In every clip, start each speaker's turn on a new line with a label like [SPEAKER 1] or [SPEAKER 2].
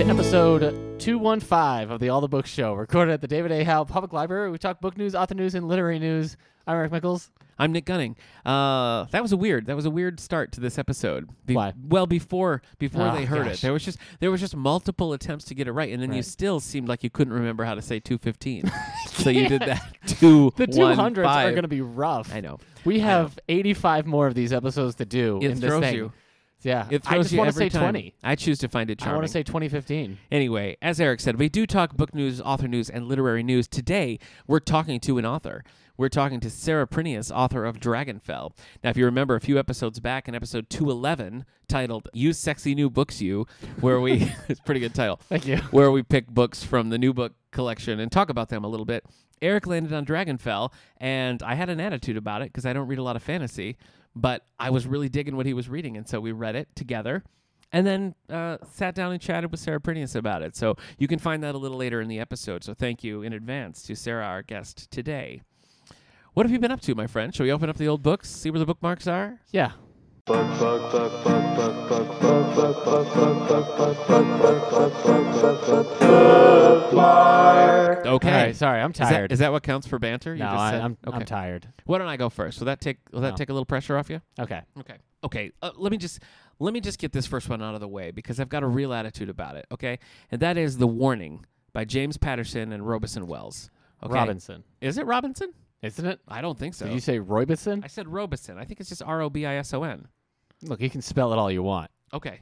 [SPEAKER 1] episode 215 of the All the Books Show, recorded at the David A. Howe Public Library. We talk book news, author news, and literary news. I'm Eric Michaels.
[SPEAKER 2] I'm Nick Gunning. Uh, that was a weird. That was a weird start to this episode. Be-
[SPEAKER 1] Why?
[SPEAKER 2] Well, before before
[SPEAKER 1] Oh,
[SPEAKER 2] they heard
[SPEAKER 1] gosh.
[SPEAKER 2] it, there was just there was just multiple attempts to get it right, and then you
[SPEAKER 1] Right.
[SPEAKER 2] still seemed like you couldn't remember how to say two fifteen. so you did that two.
[SPEAKER 1] The 200s are going to be rough.
[SPEAKER 2] I know.
[SPEAKER 1] We
[SPEAKER 2] know.
[SPEAKER 1] have 85 more of these episodes to do.
[SPEAKER 2] It
[SPEAKER 1] in this
[SPEAKER 2] throws
[SPEAKER 1] thing.
[SPEAKER 2] you.
[SPEAKER 1] Yeah.
[SPEAKER 2] It
[SPEAKER 1] I
[SPEAKER 2] throws
[SPEAKER 1] just
[SPEAKER 2] you
[SPEAKER 1] wanna
[SPEAKER 2] every
[SPEAKER 1] say
[SPEAKER 2] time.
[SPEAKER 1] 20.
[SPEAKER 2] I choose to find it
[SPEAKER 1] I
[SPEAKER 2] charming.
[SPEAKER 1] want to say 2015.
[SPEAKER 2] Anyway, as Eric said, we do talk book news, author news, and literary news. Today, we're talking to an author. We're talking to Sarah Prinius, author of Dragonfell. Now, if you remember a few episodes back in episode 211, titled You Sexy New Books You, where we, it's a pretty good title,
[SPEAKER 1] Thank you.
[SPEAKER 2] where we pick books from the new book collection and talk about them a little bit. Eric landed on Dragonfell, and I had an attitude about it because I don't read a lot of fantasy, but I was really digging what he was reading, and so we read it together. And then uh, sat down and chatted with Sarah Prinius about it. So you can find that a little later in the episode. So thank you in advance to Sarah, our guest today. What have you been up to, my friend? Shall we open up the old books, see where the bookmarks are?
[SPEAKER 1] Yeah.
[SPEAKER 2] Okay.
[SPEAKER 1] All right. Sorry, I'm
[SPEAKER 2] Is
[SPEAKER 1] tired.
[SPEAKER 2] that, is that what counts for banter? You
[SPEAKER 1] no,
[SPEAKER 2] just
[SPEAKER 1] I,
[SPEAKER 2] said-
[SPEAKER 1] am
[SPEAKER 2] okay.
[SPEAKER 1] I'm tired.
[SPEAKER 2] Why don't I go first? Will that take will that
[SPEAKER 1] No.
[SPEAKER 2] take a little pressure off you?
[SPEAKER 1] Okay.
[SPEAKER 2] Okay. Okay. Uh, let me just let me just get this first one out of the way because I've got a real attitude about it. Okay, and that is the warning by James Patterson and Robeson Wells. Okay.
[SPEAKER 1] Robinson.
[SPEAKER 2] Is it Robinson?
[SPEAKER 1] Isn't it?
[SPEAKER 2] I don't think so.
[SPEAKER 1] Did you say Roybison?
[SPEAKER 2] I said Robeson. I think it's just R O B I S O N.
[SPEAKER 1] Look, you can spell it all you want.
[SPEAKER 2] Okay.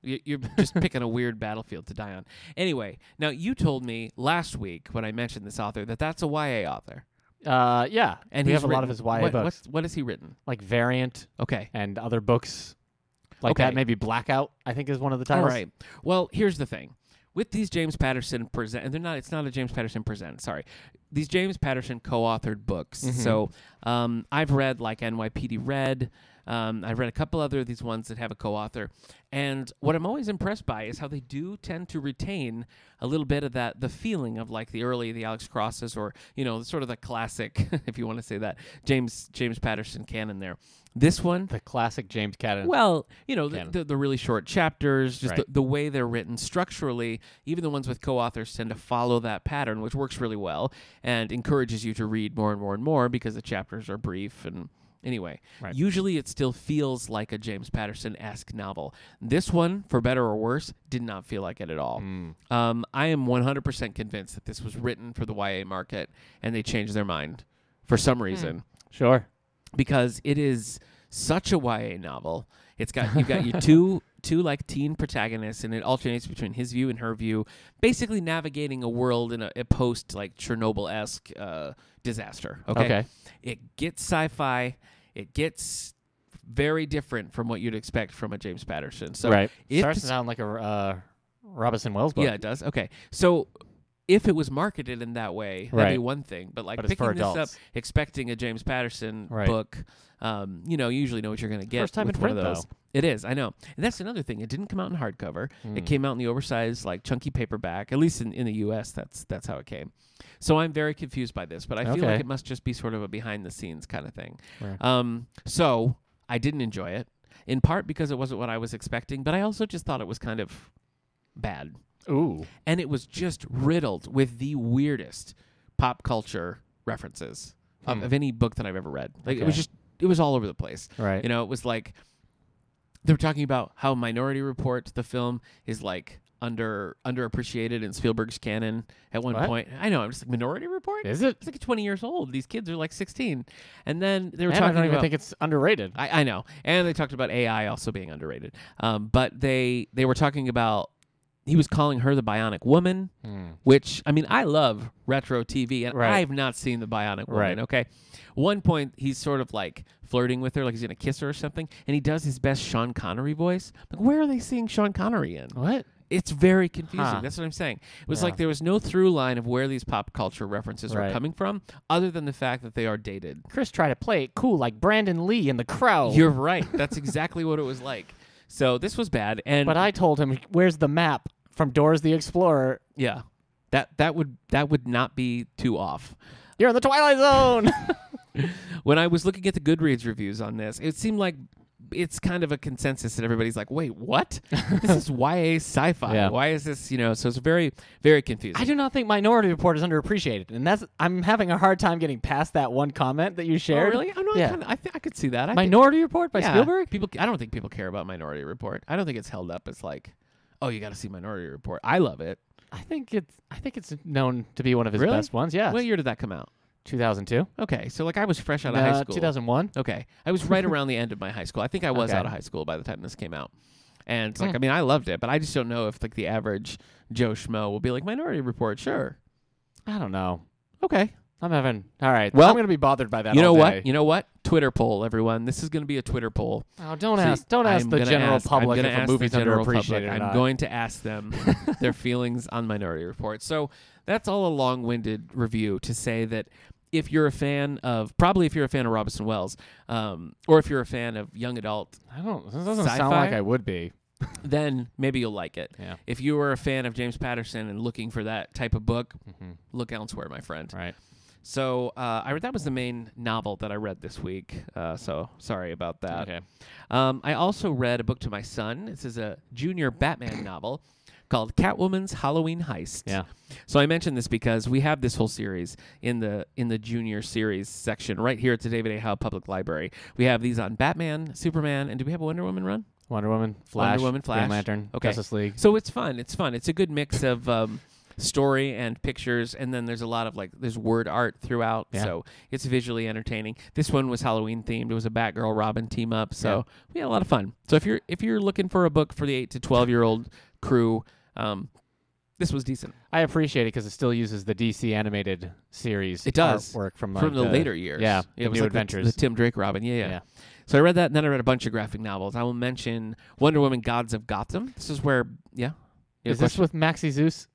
[SPEAKER 2] You- You're just picking a weird battlefield to die on. Anyway, now you told me last week when I mentioned this author that that's a YA author,
[SPEAKER 1] Uh, yeah.
[SPEAKER 2] and
[SPEAKER 1] we
[SPEAKER 2] he's
[SPEAKER 1] have a lot of
[SPEAKER 2] written-
[SPEAKER 1] his YA
[SPEAKER 2] what,
[SPEAKER 1] books,
[SPEAKER 2] what's- What has he written?
[SPEAKER 1] like Variant
[SPEAKER 2] Okay,
[SPEAKER 1] and other books like that.
[SPEAKER 2] Okay.
[SPEAKER 1] Maybe Blackout. I think is one of the
[SPEAKER 2] All
[SPEAKER 1] titles.
[SPEAKER 2] right. Well, here's the thing. With these James Patterson present, and they're not. It's not a James Patterson present. Sorry, these James Patterson co-authored books. So um, I've read like NYPD Red. Um, I've read a couple other of these ones that have a co-author, and what I'm always impressed by is how they do tend to retain a little bit of that the feeling of like the early the Alex Crosses or you know sort of the classic, if you want to say that James James Patterson canon there. This one
[SPEAKER 1] The classic James Cadden.
[SPEAKER 2] well, you know, the,
[SPEAKER 1] Canon.
[SPEAKER 2] the, the really short chapters, just
[SPEAKER 1] Right.
[SPEAKER 2] the, the way they're written structurally, even the ones with co authors tend to follow that pattern, which works really well and encourages you to read more and more and more because the chapters are brief. And anyway,
[SPEAKER 1] Right.
[SPEAKER 2] usually it still feels like a James Patterson esque novel. This one, for better or worse, did not feel like it at all.
[SPEAKER 1] Mm. Hmm.
[SPEAKER 2] Um, I am 100% convinced that this was written for the YA market and they changed their mind for
[SPEAKER 1] Hmm.
[SPEAKER 2] some reason
[SPEAKER 1] sure.
[SPEAKER 2] because it is such a YA novel. It's got you've got your two two like teen protagonists, and it alternates between his view and her view, basically navigating a world in a, a post like Chernobyl esque uh, disaster. Okay?
[SPEAKER 1] Okay.
[SPEAKER 2] it gets sci-fi, it gets very different from what you'd expect from a James Patterson. So
[SPEAKER 1] right.
[SPEAKER 2] if
[SPEAKER 1] Starts to sound like a uh, Robinson Wells book.
[SPEAKER 2] yeah, it does. Okay. So if it was marketed in that way, that'd be
[SPEAKER 1] Right.
[SPEAKER 2] one thing. But like
[SPEAKER 1] But it's
[SPEAKER 2] picking
[SPEAKER 1] for
[SPEAKER 2] this up,
[SPEAKER 1] adults.
[SPEAKER 2] expecting a James Patterson
[SPEAKER 1] Right.
[SPEAKER 2] book, um, you know, you usually know what you're going to get.
[SPEAKER 1] First time
[SPEAKER 2] with
[SPEAKER 1] in
[SPEAKER 2] one of
[SPEAKER 1] print,
[SPEAKER 2] those. It is. I know. And that's another thing. It didn't come out in hardcover.
[SPEAKER 1] Hmm.
[SPEAKER 2] It came out in the oversized, like chunky paperback. At least in, in the U.S., that's that's how it came. So I'm very confused by this, but I feel
[SPEAKER 1] Okay.
[SPEAKER 2] like it must just be sort of a behind the scenes kind of thing.
[SPEAKER 1] Right.
[SPEAKER 2] Um, so I didn't enjoy it, in part because it wasn't what I was expecting, but I also just thought it was kind of bad
[SPEAKER 1] Ooh.
[SPEAKER 2] and it was just riddled with the weirdest pop culture references of,
[SPEAKER 1] Hmm.
[SPEAKER 2] of any book that I've ever read. Like it was
[SPEAKER 1] Okay.
[SPEAKER 2] just it was all over the place.
[SPEAKER 1] Right.
[SPEAKER 2] You know, it was like they were talking about how Minority Report, the film, is like under underappreciated in Spielberg's canon at one
[SPEAKER 1] What?
[SPEAKER 2] point. I know, I'm just like Minority Report?
[SPEAKER 1] Is it?
[SPEAKER 2] It's like 20 years old. These kids are like 16. And then they were
[SPEAKER 1] Man, I
[SPEAKER 2] talking
[SPEAKER 1] don't even
[SPEAKER 2] about
[SPEAKER 1] think it's underrated.
[SPEAKER 2] I, I know, and they talked about AI also being underrated. Um, but they they were talking about he was calling her the Bionic Woman, which I mean I love retro TV, and
[SPEAKER 1] Hmm. Right.
[SPEAKER 2] I've not seen the Bionic Woman.
[SPEAKER 1] Right.
[SPEAKER 2] Okay, one point he's sort of like flirting with her, like he's gonna kiss her or something, and he does his best Sean Connery voice. Like where are they seeing Sean Connery in?
[SPEAKER 1] What?
[SPEAKER 2] It's very confusing.
[SPEAKER 1] Oh. Huh.
[SPEAKER 2] That's what I'm saying. It was
[SPEAKER 1] Yeah.
[SPEAKER 2] like there was no through line of where these pop culture references are
[SPEAKER 1] Right.
[SPEAKER 2] coming from, other than the fact that they are dated.
[SPEAKER 1] Chris tried to play it cool like Brandon Lee in The Crow.
[SPEAKER 2] You're right. That's exactly what it was like. So this was bad, and
[SPEAKER 1] but I told him, "Where's the map from Doors the Explorer?
[SPEAKER 2] yeah, that that would that would not be too off.
[SPEAKER 1] You're in the Twilight Zone."
[SPEAKER 2] When I was looking at the Goodreads reviews on this, it seemed like it's kind of a consensus that everybody's like, wait, what? this is YA sci-fi.
[SPEAKER 1] Yeah.
[SPEAKER 2] Why is this? You know, so it's very, very confusing.
[SPEAKER 1] I do not think Minority Report is underappreciated, and that's I'm having a hard time getting past that one comment that you
[SPEAKER 2] oh,
[SPEAKER 1] shared.
[SPEAKER 2] really? I'm not.
[SPEAKER 1] Yeah.
[SPEAKER 2] Kinda, I think I could see that. I think-
[SPEAKER 1] Minority Report by
[SPEAKER 2] yeah,
[SPEAKER 1] Spielberg.
[SPEAKER 2] People, I don't think people care about Minority Report. I don't think it's held up as like, oh, you got to see Minority Report. I love it.
[SPEAKER 1] I think it's I think it's known to be one of his
[SPEAKER 2] Really?
[SPEAKER 1] best ones. Yeah,
[SPEAKER 2] What year did that come out?
[SPEAKER 1] 2002,
[SPEAKER 2] Okay, so like I was fresh out of high
[SPEAKER 1] Uh,
[SPEAKER 2] school.
[SPEAKER 1] 2001.
[SPEAKER 2] Okay. I was right around the end of my high school. I think I was
[SPEAKER 1] Okay.
[SPEAKER 2] out of high school by the time this came out. And it's like,
[SPEAKER 1] Hmm.
[SPEAKER 2] I mean, I loved it, but I just don't know if like the average Joe Schmo will be like Minority Report, sure.
[SPEAKER 1] I don't know.
[SPEAKER 2] Okay.
[SPEAKER 1] I'm having all right.
[SPEAKER 2] Well,
[SPEAKER 1] I'm gonna be bothered by that.
[SPEAKER 2] you know
[SPEAKER 1] all
[SPEAKER 2] what?
[SPEAKER 1] day.
[SPEAKER 2] You know what? Twitter poll, everyone. This is going to be a Twitter poll.
[SPEAKER 1] Oh, don't
[SPEAKER 2] See,
[SPEAKER 1] ask. Don't ask
[SPEAKER 2] I'm
[SPEAKER 1] the
[SPEAKER 2] gonna
[SPEAKER 1] general
[SPEAKER 2] ask- I'm
[SPEAKER 1] public
[SPEAKER 2] gonna
[SPEAKER 1] if
[SPEAKER 2] ask
[SPEAKER 1] a
[SPEAKER 2] the
[SPEAKER 1] movie's
[SPEAKER 2] general
[SPEAKER 1] underappreciated
[SPEAKER 2] public.
[SPEAKER 1] or
[SPEAKER 2] I'm
[SPEAKER 1] not.
[SPEAKER 2] going to ask them their feelings on Minority Report. So that's all a long-winded review to say that if you're a fan of probably if you're a fan of Robinson Wells, um, or if you're a fan of young adult,
[SPEAKER 1] I don't. This doesn't sound
[SPEAKER 2] Sci-fi?
[SPEAKER 1] like I would be.
[SPEAKER 2] then maybe you'll like it.
[SPEAKER 1] Yeah.
[SPEAKER 2] If you were a fan of James Patterson and looking for that type of book, look elsewhere, my friend.
[SPEAKER 1] Mm-hmm. Right.
[SPEAKER 2] So uh, I read that was the main novel that I read this week. Uh, so sorry about that.
[SPEAKER 1] okay.
[SPEAKER 2] Um, I also read a book to my son. This is a junior Batman novel called Catwoman's Halloween Heist.
[SPEAKER 1] Yeah.
[SPEAKER 2] So I mentioned this because we have this whole series in the in the junior series section right here at the David A. Howe Public Library. We have these on Batman, Superman, and do we have a Wonder Woman run?
[SPEAKER 1] Wonder Woman, Flash,
[SPEAKER 2] Woman, Flash.
[SPEAKER 1] Green Lantern,
[SPEAKER 2] Okay.
[SPEAKER 1] Justice League.
[SPEAKER 2] So it's fun. It's fun. It's a good mix of um, story and pictures, and then there's a lot of like there's word art throughout.
[SPEAKER 1] Yeah.
[SPEAKER 2] So it's visually entertaining. This one was Halloween themed. It was a Batgirl Robin team up. So we had a lot of fun. So if you're if you're looking for a book for the eight to twelve year old crew, um, this was decent
[SPEAKER 1] I appreciate it because it still uses the DC animated series.
[SPEAKER 2] It does.
[SPEAKER 1] artwork from like,
[SPEAKER 2] from the, later years.
[SPEAKER 1] yeah, the
[SPEAKER 2] it was
[SPEAKER 1] New
[SPEAKER 2] like the-
[SPEAKER 1] Adventures.
[SPEAKER 2] the Tim Drake Robin. Yeah, yeah,
[SPEAKER 1] Yeah.
[SPEAKER 2] So I read that, and then I read a bunch of graphic novels. I will mention Wonder Woman: Gods of Gotham. This is where yeah. You have a
[SPEAKER 1] Is this
[SPEAKER 2] question?
[SPEAKER 1] with Maxi Zeus?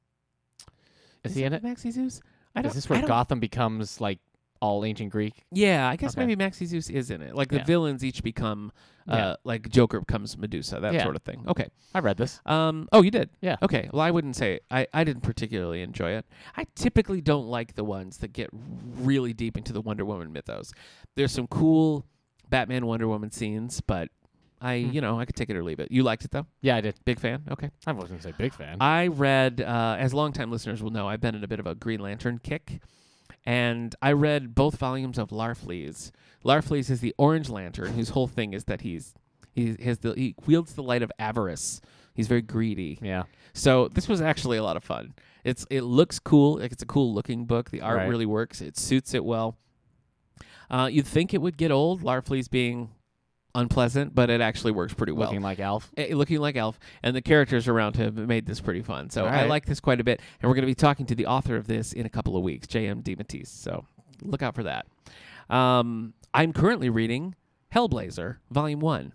[SPEAKER 1] Is, he in
[SPEAKER 2] that
[SPEAKER 1] it?
[SPEAKER 2] Maxi Zeus? I
[SPEAKER 1] Is
[SPEAKER 2] don't,
[SPEAKER 1] this
[SPEAKER 2] I
[SPEAKER 1] where
[SPEAKER 2] don't
[SPEAKER 1] Gotham becomes like all ancient Greek?
[SPEAKER 2] Yeah, I guess
[SPEAKER 1] Okay.
[SPEAKER 2] maybe Maxi Zeus is in it. Like
[SPEAKER 1] Yeah.
[SPEAKER 2] the villains each become, uh,
[SPEAKER 1] Yeah.
[SPEAKER 2] like Joker becomes Medusa, that
[SPEAKER 1] Yeah.
[SPEAKER 2] sort of thing. Okay.
[SPEAKER 1] I read this.
[SPEAKER 2] Um. Oh, you did.
[SPEAKER 1] Yeah.
[SPEAKER 2] Okay. Well, I wouldn't say I. I didn't particularly enjoy it. I typically don't like the ones that get really deep into the Wonder Woman mythos. There's some cool Batman Wonder Woman scenes, but I,
[SPEAKER 1] Hmm.
[SPEAKER 2] you know, I could take it or leave it. You liked it though.
[SPEAKER 1] Yeah, I did.
[SPEAKER 2] Big fan. Okay.
[SPEAKER 1] I wasn't gonna say big fan.
[SPEAKER 2] I read, uh, as longtime listeners will know, I've been in a bit of a Green Lantern kick, and I read both volumes of Larfleeze. Larfleeze is the Orange Lantern, whose whole thing is that he's he has the he wields the light of avarice. He's very greedy.
[SPEAKER 1] yeah.
[SPEAKER 2] So this was actually a lot of fun. It's it looks cool. Like it's a cool looking book. The art
[SPEAKER 1] Right.
[SPEAKER 2] really works. It suits it well. Uh, you'd think it would get old, Larfleeze being unpleasant, but it actually works pretty well
[SPEAKER 1] Looking like Alf.
[SPEAKER 2] eh, looking like Elf, and the characters around him made this pretty fun. So
[SPEAKER 1] All
[SPEAKER 2] I
[SPEAKER 1] right.
[SPEAKER 2] like this quite a bit, and we're going to be talking to the author of this in a couple of weeks, J.M. DeMatteis. So look out for that. Um, I'm currently reading Hellblazer, Volume One.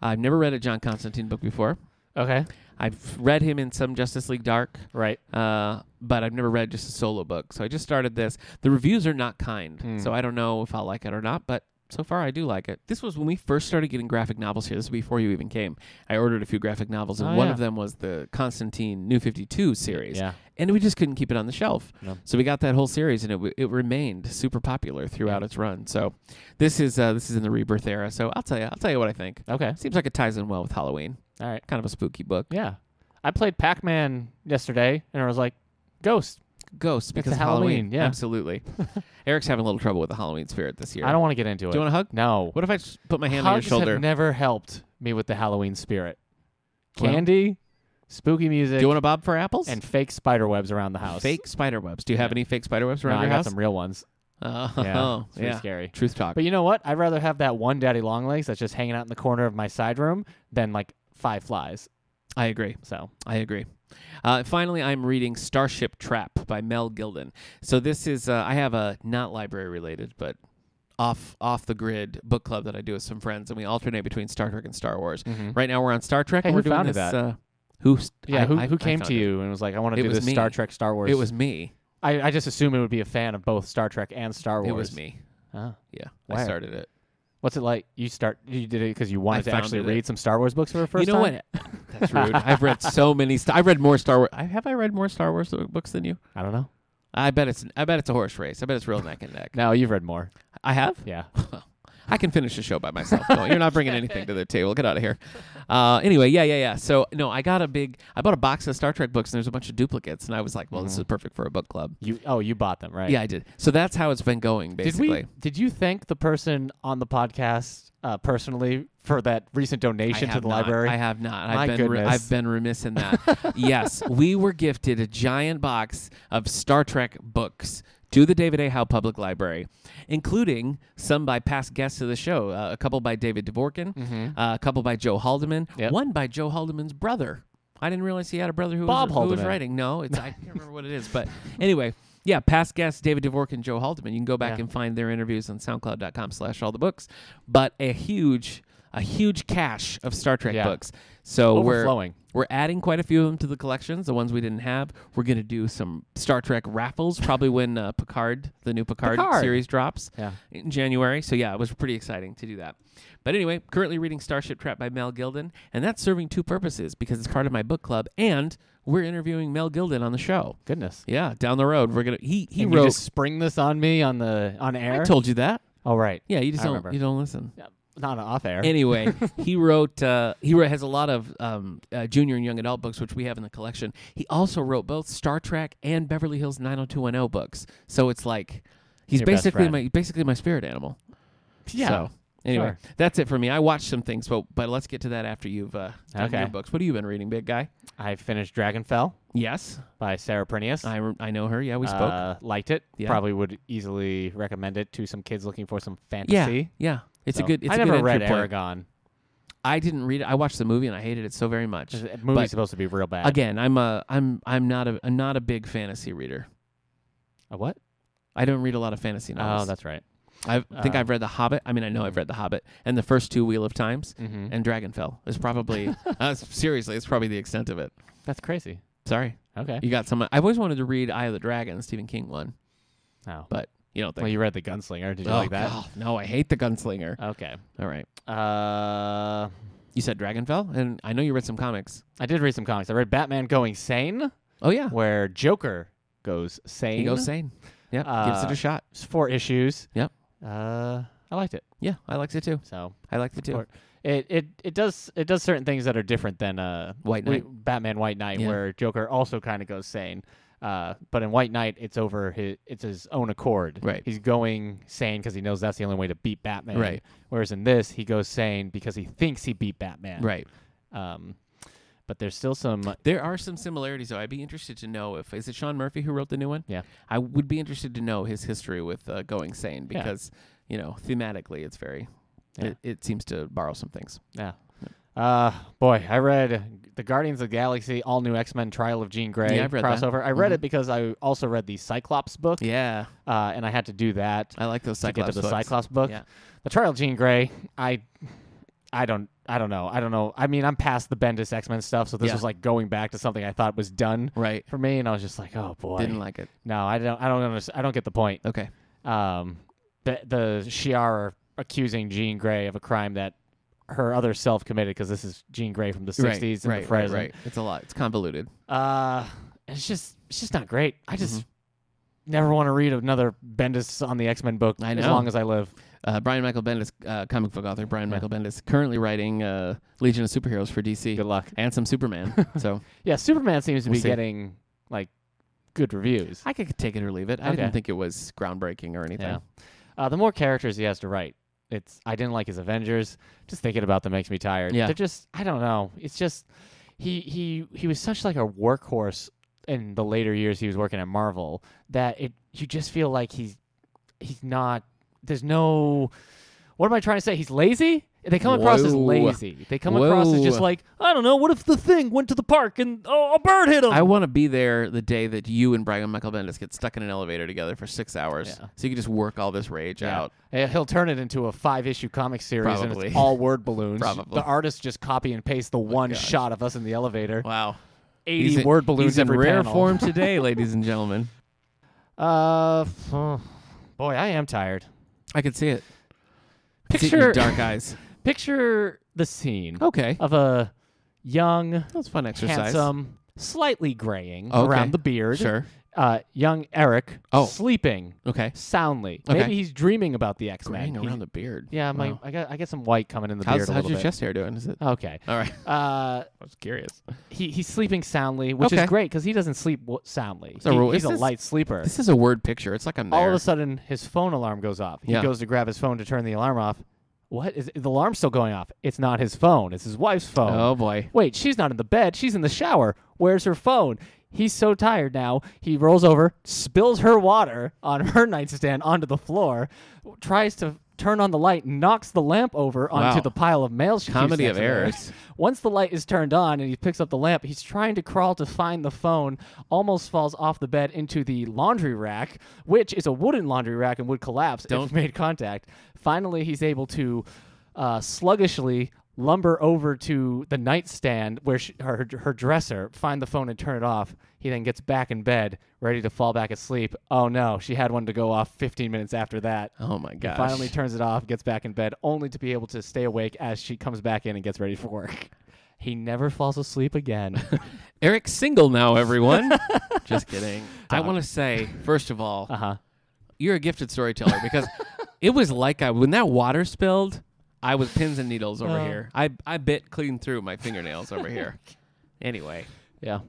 [SPEAKER 2] I've never read a John Constantine book before.
[SPEAKER 1] Okay.
[SPEAKER 2] I've read him in some Justice League Dark,
[SPEAKER 1] Right.
[SPEAKER 2] uh, but I've never read just a solo book. So I just started this. The reviews are not kind,
[SPEAKER 1] Hmm.
[SPEAKER 2] so I don't know if I'll like it or not, but so far I do like it. This was when we first started getting graphic novels here. This was before you even came. I ordered a few graphic novels, and
[SPEAKER 1] Oh,
[SPEAKER 2] one
[SPEAKER 1] yeah.
[SPEAKER 2] of them was the Constantine New 52 series.
[SPEAKER 1] Yeah.
[SPEAKER 2] And we just couldn't keep it on the shelf.
[SPEAKER 1] No.
[SPEAKER 2] So we got that whole series, and it, w- it remained super popular throughout
[SPEAKER 1] Yeah.
[SPEAKER 2] its run. So this is uh, this is in the rebirth era. So I'll tell you, I'll tell you what I think.
[SPEAKER 1] Okay.
[SPEAKER 2] Seems like it ties in well with Halloween.
[SPEAKER 1] All right.
[SPEAKER 2] Kind of a spooky book.
[SPEAKER 1] Yeah. I played Pac Man yesterday, and I was like, Ghost.
[SPEAKER 2] ghosts because
[SPEAKER 1] a
[SPEAKER 2] of Halloween.
[SPEAKER 1] Halloween, yeah.
[SPEAKER 2] absolutely. Eric's having a little trouble with the Halloween spirit this year.
[SPEAKER 1] I don't want to get into
[SPEAKER 2] Do you
[SPEAKER 1] it.
[SPEAKER 2] want a hug?
[SPEAKER 1] No.
[SPEAKER 2] What if I just put my hand
[SPEAKER 1] Hugs
[SPEAKER 2] on your shoulder?
[SPEAKER 1] have never helped me with the Halloween spirit.
[SPEAKER 2] Well-
[SPEAKER 1] Candy, spooky
[SPEAKER 2] Do
[SPEAKER 1] music,
[SPEAKER 2] you want a bob for apples?
[SPEAKER 1] and fake spider webs around the house.
[SPEAKER 2] fake spider webs. Do you have
[SPEAKER 1] Yeah.
[SPEAKER 2] any fake spider webs
[SPEAKER 1] No,
[SPEAKER 2] around
[SPEAKER 1] I
[SPEAKER 2] your
[SPEAKER 1] got
[SPEAKER 2] house?
[SPEAKER 1] some real ones.
[SPEAKER 2] Oh,
[SPEAKER 1] Yeah, it's pretty
[SPEAKER 2] yeah.
[SPEAKER 1] scary.
[SPEAKER 2] Truth talk.
[SPEAKER 1] But you know what? I'd rather have that one daddy long legs that's just hanging out in the corner of my side room than like five flies.
[SPEAKER 2] I agree.
[SPEAKER 1] So
[SPEAKER 2] I agree. Uh, finally, I'm reading Starship Trap by Mel Gilden. So this is uh, I have a not library related, but off off the grid book club that I do with some friends, and we alternate between Star Trek and Star Wars. Right now we're on Star Trek.
[SPEAKER 1] Hey,
[SPEAKER 2] and we're
[SPEAKER 1] who
[SPEAKER 2] doing
[SPEAKER 1] founded
[SPEAKER 2] this,
[SPEAKER 1] that?
[SPEAKER 2] Uh, who? st-
[SPEAKER 1] yeah,
[SPEAKER 2] Mm-hmm. I-
[SPEAKER 1] who,
[SPEAKER 2] I-
[SPEAKER 1] who
[SPEAKER 2] I
[SPEAKER 1] came
[SPEAKER 2] founded
[SPEAKER 1] to
[SPEAKER 2] it.
[SPEAKER 1] you and was like, I want
[SPEAKER 2] It
[SPEAKER 1] to do
[SPEAKER 2] was
[SPEAKER 1] this
[SPEAKER 2] me.
[SPEAKER 1] Star Trek, Star Wars?
[SPEAKER 2] It was me.
[SPEAKER 1] I, I just assume it would be a fan of both Star Trek and Star Wars.
[SPEAKER 2] It was me.
[SPEAKER 1] Oh.
[SPEAKER 2] Yeah, I
[SPEAKER 1] Wow.
[SPEAKER 2] started it.
[SPEAKER 1] What's it like? You start you did it because you wanted to actually
[SPEAKER 2] founded it.
[SPEAKER 1] read some Star Wars books for the first
[SPEAKER 2] you know
[SPEAKER 1] time.
[SPEAKER 2] what? That's rude. I've read so many. St- I've read more Star Wars. I, have I read more Star Wars uh, books than you?
[SPEAKER 1] I don't know.
[SPEAKER 2] I bet it's. I bet it's a horse race. I bet it's real neck and neck.
[SPEAKER 1] No, you've read more.
[SPEAKER 2] I have.
[SPEAKER 1] Yeah.
[SPEAKER 2] I can finish the show by myself. No, you're not bringing anything to the table. Get out of here. Uh, anyway, yeah, yeah, yeah. So no, I got a big. I bought a box of Star Trek books, and there's a bunch of duplicates, and I was like, well, this is perfect for a book club.
[SPEAKER 1] You oh, you bought them, Mm-hmm. right?
[SPEAKER 2] Yeah, I did. So that's how it's been going,
[SPEAKER 1] Did
[SPEAKER 2] basically.
[SPEAKER 1] we? Did you thank the person on the podcast uh, personally for that recent
[SPEAKER 2] I
[SPEAKER 1] donation to
[SPEAKER 2] have
[SPEAKER 1] the
[SPEAKER 2] not.
[SPEAKER 1] library?
[SPEAKER 2] I have not.
[SPEAKER 1] My
[SPEAKER 2] I've been re-
[SPEAKER 1] goodness.
[SPEAKER 2] I've been remiss in that. yes, we were gifted a giant box of Star Trek books to the David A. Howe Public Library, including some by past guests of the show, uh, a couple by David Dvorkin, uh, a couple by Joe Haldeman,
[SPEAKER 1] Mm-hmm. Yep.
[SPEAKER 2] one by Joe Haldeman's brother. I didn't realize he had a brother who
[SPEAKER 1] Bob
[SPEAKER 2] was, who was
[SPEAKER 1] Haldeman.
[SPEAKER 2] writing. No, it's I can't remember what it is, but anyway. Yeah, past guests David Dvorkin, Joe Haldeman. You can go back
[SPEAKER 1] Yeah.
[SPEAKER 2] and find their interviews on soundcloud.com slash all the books. But a huge, a huge cache of Star Trek
[SPEAKER 1] Yeah.
[SPEAKER 2] books. So we're
[SPEAKER 1] Overflowing.
[SPEAKER 2] we're adding quite a few of them to the collections, the ones we didn't have. We're gonna do some Star Trek raffles, probably when uh, Picard, the new Picard,
[SPEAKER 1] Picard.
[SPEAKER 2] series drops
[SPEAKER 1] Yeah.
[SPEAKER 2] in January. So yeah, it was pretty exciting to do that. But anyway, currently reading Starship Trap by Mel Gilden, and that's serving two purposes because it's part of my book club and we're interviewing Mel Gilden on the show.
[SPEAKER 1] Goodness.
[SPEAKER 2] Yeah, down the road. We're gonna he he
[SPEAKER 1] And
[SPEAKER 2] wrote
[SPEAKER 1] you just spring this on me on the on air.
[SPEAKER 2] I told you that.
[SPEAKER 1] oh right,
[SPEAKER 2] Yeah, you just
[SPEAKER 1] I
[SPEAKER 2] don't
[SPEAKER 1] remember.
[SPEAKER 2] you don't listen.
[SPEAKER 1] not on off air.
[SPEAKER 2] Anyway, he wrote. Uh, he wrote, has a lot of um, uh, junior and young adult books, which we have in the collection. He also wrote both Star Trek and Beverly Hills 90210 books. So it's like he's
[SPEAKER 1] Your best
[SPEAKER 2] basically
[SPEAKER 1] friend.
[SPEAKER 2] my basically my spirit animal.
[SPEAKER 1] yeah.
[SPEAKER 2] So, anyway,
[SPEAKER 1] sure.
[SPEAKER 2] that's it for me. I watched some things, but but let's get to that after you've uh, done
[SPEAKER 1] Okay.
[SPEAKER 2] your books. What have you been reading, big guy?
[SPEAKER 1] I finished Dragonfell
[SPEAKER 2] Yes,
[SPEAKER 1] by Sarah Prinius.
[SPEAKER 2] I re- I know her. Yeah, we spoke.
[SPEAKER 1] Uh, liked it.
[SPEAKER 2] Yeah.
[SPEAKER 1] Probably would easily recommend it to some kids looking for some
[SPEAKER 2] yeah,
[SPEAKER 1] fantasy.
[SPEAKER 2] yeah. It's
[SPEAKER 1] So,
[SPEAKER 2] a good. It's
[SPEAKER 1] I
[SPEAKER 2] a
[SPEAKER 1] never
[SPEAKER 2] good entry
[SPEAKER 1] read
[SPEAKER 2] point.
[SPEAKER 1] Aragon.
[SPEAKER 2] I didn't read it. I watched the movie and I hated it so very much.
[SPEAKER 1] The movie's
[SPEAKER 2] But-
[SPEAKER 1] supposed to be real bad.
[SPEAKER 2] Again, I'm a I'm I'm not a I'm not a big fantasy reader.
[SPEAKER 1] A what?
[SPEAKER 2] I don't read a lot of fantasy
[SPEAKER 1] Oh,
[SPEAKER 2] novels.
[SPEAKER 1] that's right.
[SPEAKER 2] I think
[SPEAKER 1] uh,
[SPEAKER 2] I've read The Hobbit. I mean, I know I've read The Hobbit and the first two Wheel of Times
[SPEAKER 1] Mm-hmm.
[SPEAKER 2] and Dragonfell is probably uh, seriously, it's probably the extent of it.
[SPEAKER 1] That's crazy.
[SPEAKER 2] Sorry,
[SPEAKER 1] Okay.
[SPEAKER 2] you got some. I've always wanted to read Eye of the Dragon, the Stephen King one.
[SPEAKER 1] Oh.
[SPEAKER 2] You don't
[SPEAKER 1] Well,
[SPEAKER 2] think?
[SPEAKER 1] you read The Gunslinger. Did you
[SPEAKER 2] oh,
[SPEAKER 1] like that?
[SPEAKER 2] God, no, I hate the Gunslinger.
[SPEAKER 1] Okay.
[SPEAKER 2] All right,
[SPEAKER 1] Uh,
[SPEAKER 2] you said Dragonfell, and I know you read some comics.
[SPEAKER 1] I did read some comics. I read Batman Going Sane,
[SPEAKER 2] Oh yeah,
[SPEAKER 1] where Joker goes sane.
[SPEAKER 2] he goes sane. Yeah, gives
[SPEAKER 1] Uh,
[SPEAKER 2] it a shot.
[SPEAKER 1] It's four issues.
[SPEAKER 2] Yep.
[SPEAKER 1] Uh, I liked it.
[SPEAKER 2] Yeah, I liked it too.
[SPEAKER 1] So
[SPEAKER 2] I liked it too.
[SPEAKER 1] Or- it, it it does it does certain things that are different than uh
[SPEAKER 2] White
[SPEAKER 1] we-
[SPEAKER 2] Knight.
[SPEAKER 1] Batman White Knight,
[SPEAKER 2] Yeah.
[SPEAKER 1] where Joker also kind of goes sane. Uh, but in White Knight, it's over his it's his own accord.
[SPEAKER 2] Right.
[SPEAKER 1] He's going sane because he knows that's the only way to beat Batman.
[SPEAKER 2] Right.
[SPEAKER 1] Whereas in this, he goes sane because he thinks he beat Batman.
[SPEAKER 2] Right.
[SPEAKER 1] Um, but there's still some. uh,
[SPEAKER 2] There are some similarities, though. I'd be interested to know if is it Sean Murphy who wrote the new one.
[SPEAKER 1] Yeah.
[SPEAKER 2] I would be interested to know his history with uh, Going Sane
[SPEAKER 1] Yeah.
[SPEAKER 2] because you know thematically it's very,
[SPEAKER 1] Yeah.
[SPEAKER 2] it, it seems to borrow some things.
[SPEAKER 1] Yeah. Uh, boy, I read the Guardians of the Galaxy All New X Men Trial of Jean Grey
[SPEAKER 2] Yeah, I've read that.
[SPEAKER 1] crossover. I read
[SPEAKER 2] Mhm.
[SPEAKER 1] it because I also read the Cyclops book,
[SPEAKER 2] Yeah,
[SPEAKER 1] uh, and I had to do that.
[SPEAKER 2] I like those
[SPEAKER 1] to get
[SPEAKER 2] Cyclops
[SPEAKER 1] to the
[SPEAKER 2] books.
[SPEAKER 1] Cyclops book.
[SPEAKER 2] Yeah.
[SPEAKER 1] The Trial of Jean Grey, I, I don't, I don't know, I don't know. I mean, I'm past the Bendis X Men stuff, so this
[SPEAKER 2] Yeah.
[SPEAKER 1] was like going back to something I thought was done
[SPEAKER 2] Right.
[SPEAKER 1] for me, and I was just like, oh boy,
[SPEAKER 2] Didn't like it.
[SPEAKER 1] no, I don't, I don't understand, I don't get the point.
[SPEAKER 2] Okay.
[SPEAKER 1] Um, the the Shi'ar are accusing Jean Grey of a crime that her other self committed because this is Jean Grey from the '60s
[SPEAKER 2] Right,
[SPEAKER 1] and
[SPEAKER 2] right,
[SPEAKER 1] the
[SPEAKER 2] right,
[SPEAKER 1] present.
[SPEAKER 2] right. It's a lot. It's convoluted.
[SPEAKER 1] Uh, it's just it's just not great. I just never want to read another Bendis on the X Men book
[SPEAKER 2] Mm-hmm. I
[SPEAKER 1] as
[SPEAKER 2] know.
[SPEAKER 1] long as I live.
[SPEAKER 2] Uh, Brian Michael Bendis, uh, comic book author Brian
[SPEAKER 1] Yeah.
[SPEAKER 2] Michael Bendis, currently writing uh, Legion of Superheroes for DC
[SPEAKER 1] Good luck.
[SPEAKER 2] and some Superman. so
[SPEAKER 1] Yeah, Superman seems to
[SPEAKER 2] We'll
[SPEAKER 1] be
[SPEAKER 2] see.
[SPEAKER 1] getting like good reviews.
[SPEAKER 2] I could take it or leave it. I
[SPEAKER 1] Okay.
[SPEAKER 2] didn't think it was groundbreaking or anything.
[SPEAKER 1] Yeah. Uh, the more characters he has to write, it's I didn't like his Avengers. Just thinking about them makes me tired.
[SPEAKER 2] Yeah.
[SPEAKER 1] They're just I don't know. It's just he he he was such like a workhorse in the later years he was working at Marvel that it you just feel like he's he's not there's no what am I trying to say? He's lazy? They come across as
[SPEAKER 2] Whoa.
[SPEAKER 1] lazy. They come across as just
[SPEAKER 2] Whoa.
[SPEAKER 1] like, I don't know, what if the thing went to the park and oh, a bird hit him?
[SPEAKER 2] I want to be there the day that you and Brian Michael Bendis get stuck in an elevator together for six hours,
[SPEAKER 1] Yeah.
[SPEAKER 2] so you can just work all this rage
[SPEAKER 1] Yeah.
[SPEAKER 2] out.
[SPEAKER 1] Yeah, he'll turn it into a five issue comic series and
[SPEAKER 2] Probably.
[SPEAKER 1] it's all word balloons.
[SPEAKER 2] Probably. Oh
[SPEAKER 1] The artists just copy and paste the one
[SPEAKER 2] gosh.
[SPEAKER 1] shot of us in the elevator.
[SPEAKER 2] Wow,
[SPEAKER 1] 80
[SPEAKER 2] He's in-
[SPEAKER 1] word balloons
[SPEAKER 2] He's in
[SPEAKER 1] every
[SPEAKER 2] rare
[SPEAKER 1] panel.
[SPEAKER 2] form today, ladies and gentlemen.
[SPEAKER 1] Uh, f- oh, boy, I am tired.
[SPEAKER 2] I could see it. I see it in your
[SPEAKER 1] Picture
[SPEAKER 2] dark eyes.
[SPEAKER 1] picture the scene
[SPEAKER 2] Okay,
[SPEAKER 1] of a young,
[SPEAKER 2] that was fun exercise. Oh,
[SPEAKER 1] handsome, slightly graying
[SPEAKER 2] Okay.
[SPEAKER 1] around the beard
[SPEAKER 2] Sure.
[SPEAKER 1] uh, young Eric
[SPEAKER 2] Oh.
[SPEAKER 1] sleeping
[SPEAKER 2] Okay.
[SPEAKER 1] soundly.
[SPEAKER 2] Okay.
[SPEAKER 1] Maybe he's dreaming about the X Men.
[SPEAKER 2] Graying around the beard.
[SPEAKER 1] Yeah, my,
[SPEAKER 2] Wow.
[SPEAKER 1] I got I got some white coming in the
[SPEAKER 2] how's
[SPEAKER 1] beard a
[SPEAKER 2] how's
[SPEAKER 1] little
[SPEAKER 2] your
[SPEAKER 1] bit. Oh.
[SPEAKER 2] chest hair doing? Is it?
[SPEAKER 1] Okay.
[SPEAKER 2] All right.
[SPEAKER 1] Uh,
[SPEAKER 2] I was curious.
[SPEAKER 1] he he's sleeping soundly, which
[SPEAKER 2] Okay.
[SPEAKER 1] is great because he doesn't sleep w- soundly.
[SPEAKER 2] So,
[SPEAKER 1] He-
[SPEAKER 2] well,
[SPEAKER 1] he's
[SPEAKER 2] is
[SPEAKER 1] a
[SPEAKER 2] this-
[SPEAKER 1] light sleeper.
[SPEAKER 2] This is a word picture. It's like I'm there.
[SPEAKER 1] All of a sudden, his phone alarm goes off. He
[SPEAKER 2] Yeah.
[SPEAKER 1] goes to grab his phone to turn the alarm off. What is the alarm's still going off? It's not his phone. It's his wife's phone.
[SPEAKER 2] oh boy.
[SPEAKER 1] Wait, she's not in the bed. She's in the shower. Where's her phone? He's so tired now. He rolls over, spills her water on her nightstand onto the floor, tries to turn on the light, knocks the lamp over onto
[SPEAKER 2] Wow.
[SPEAKER 1] the pile of mail. she keeps
[SPEAKER 2] Comedy of
[SPEAKER 1] next to her.
[SPEAKER 2] errors.
[SPEAKER 1] Once the light is turned on and he picks up the lamp, he's trying to crawl to find the phone, almost falls off the bed into the laundry rack, which is a wooden laundry rack and would collapse
[SPEAKER 2] Don't-
[SPEAKER 1] if made contact. Finally, he's able to uh, sluggishly lumber over to the nightstand where she, her, her dresser, find the phone and turn it off. He then gets back in bed, ready to fall back asleep. Oh no, she had one to go off 15 minutes after that.
[SPEAKER 2] Oh my gosh.
[SPEAKER 1] Finally turns it off, gets back in bed, only to be able to stay awake as she comes back in and gets ready for work. He never falls asleep again.
[SPEAKER 2] Eric's single now, everyone. Just kidding. I want to say, first of all,
[SPEAKER 1] uh huh.
[SPEAKER 2] you're a gifted storyteller because it was like I when that water spilled, I was pins and needles over
[SPEAKER 1] Oh.
[SPEAKER 2] here. I I bit clean through my fingernails over here. Anyway,
[SPEAKER 1] Yeah.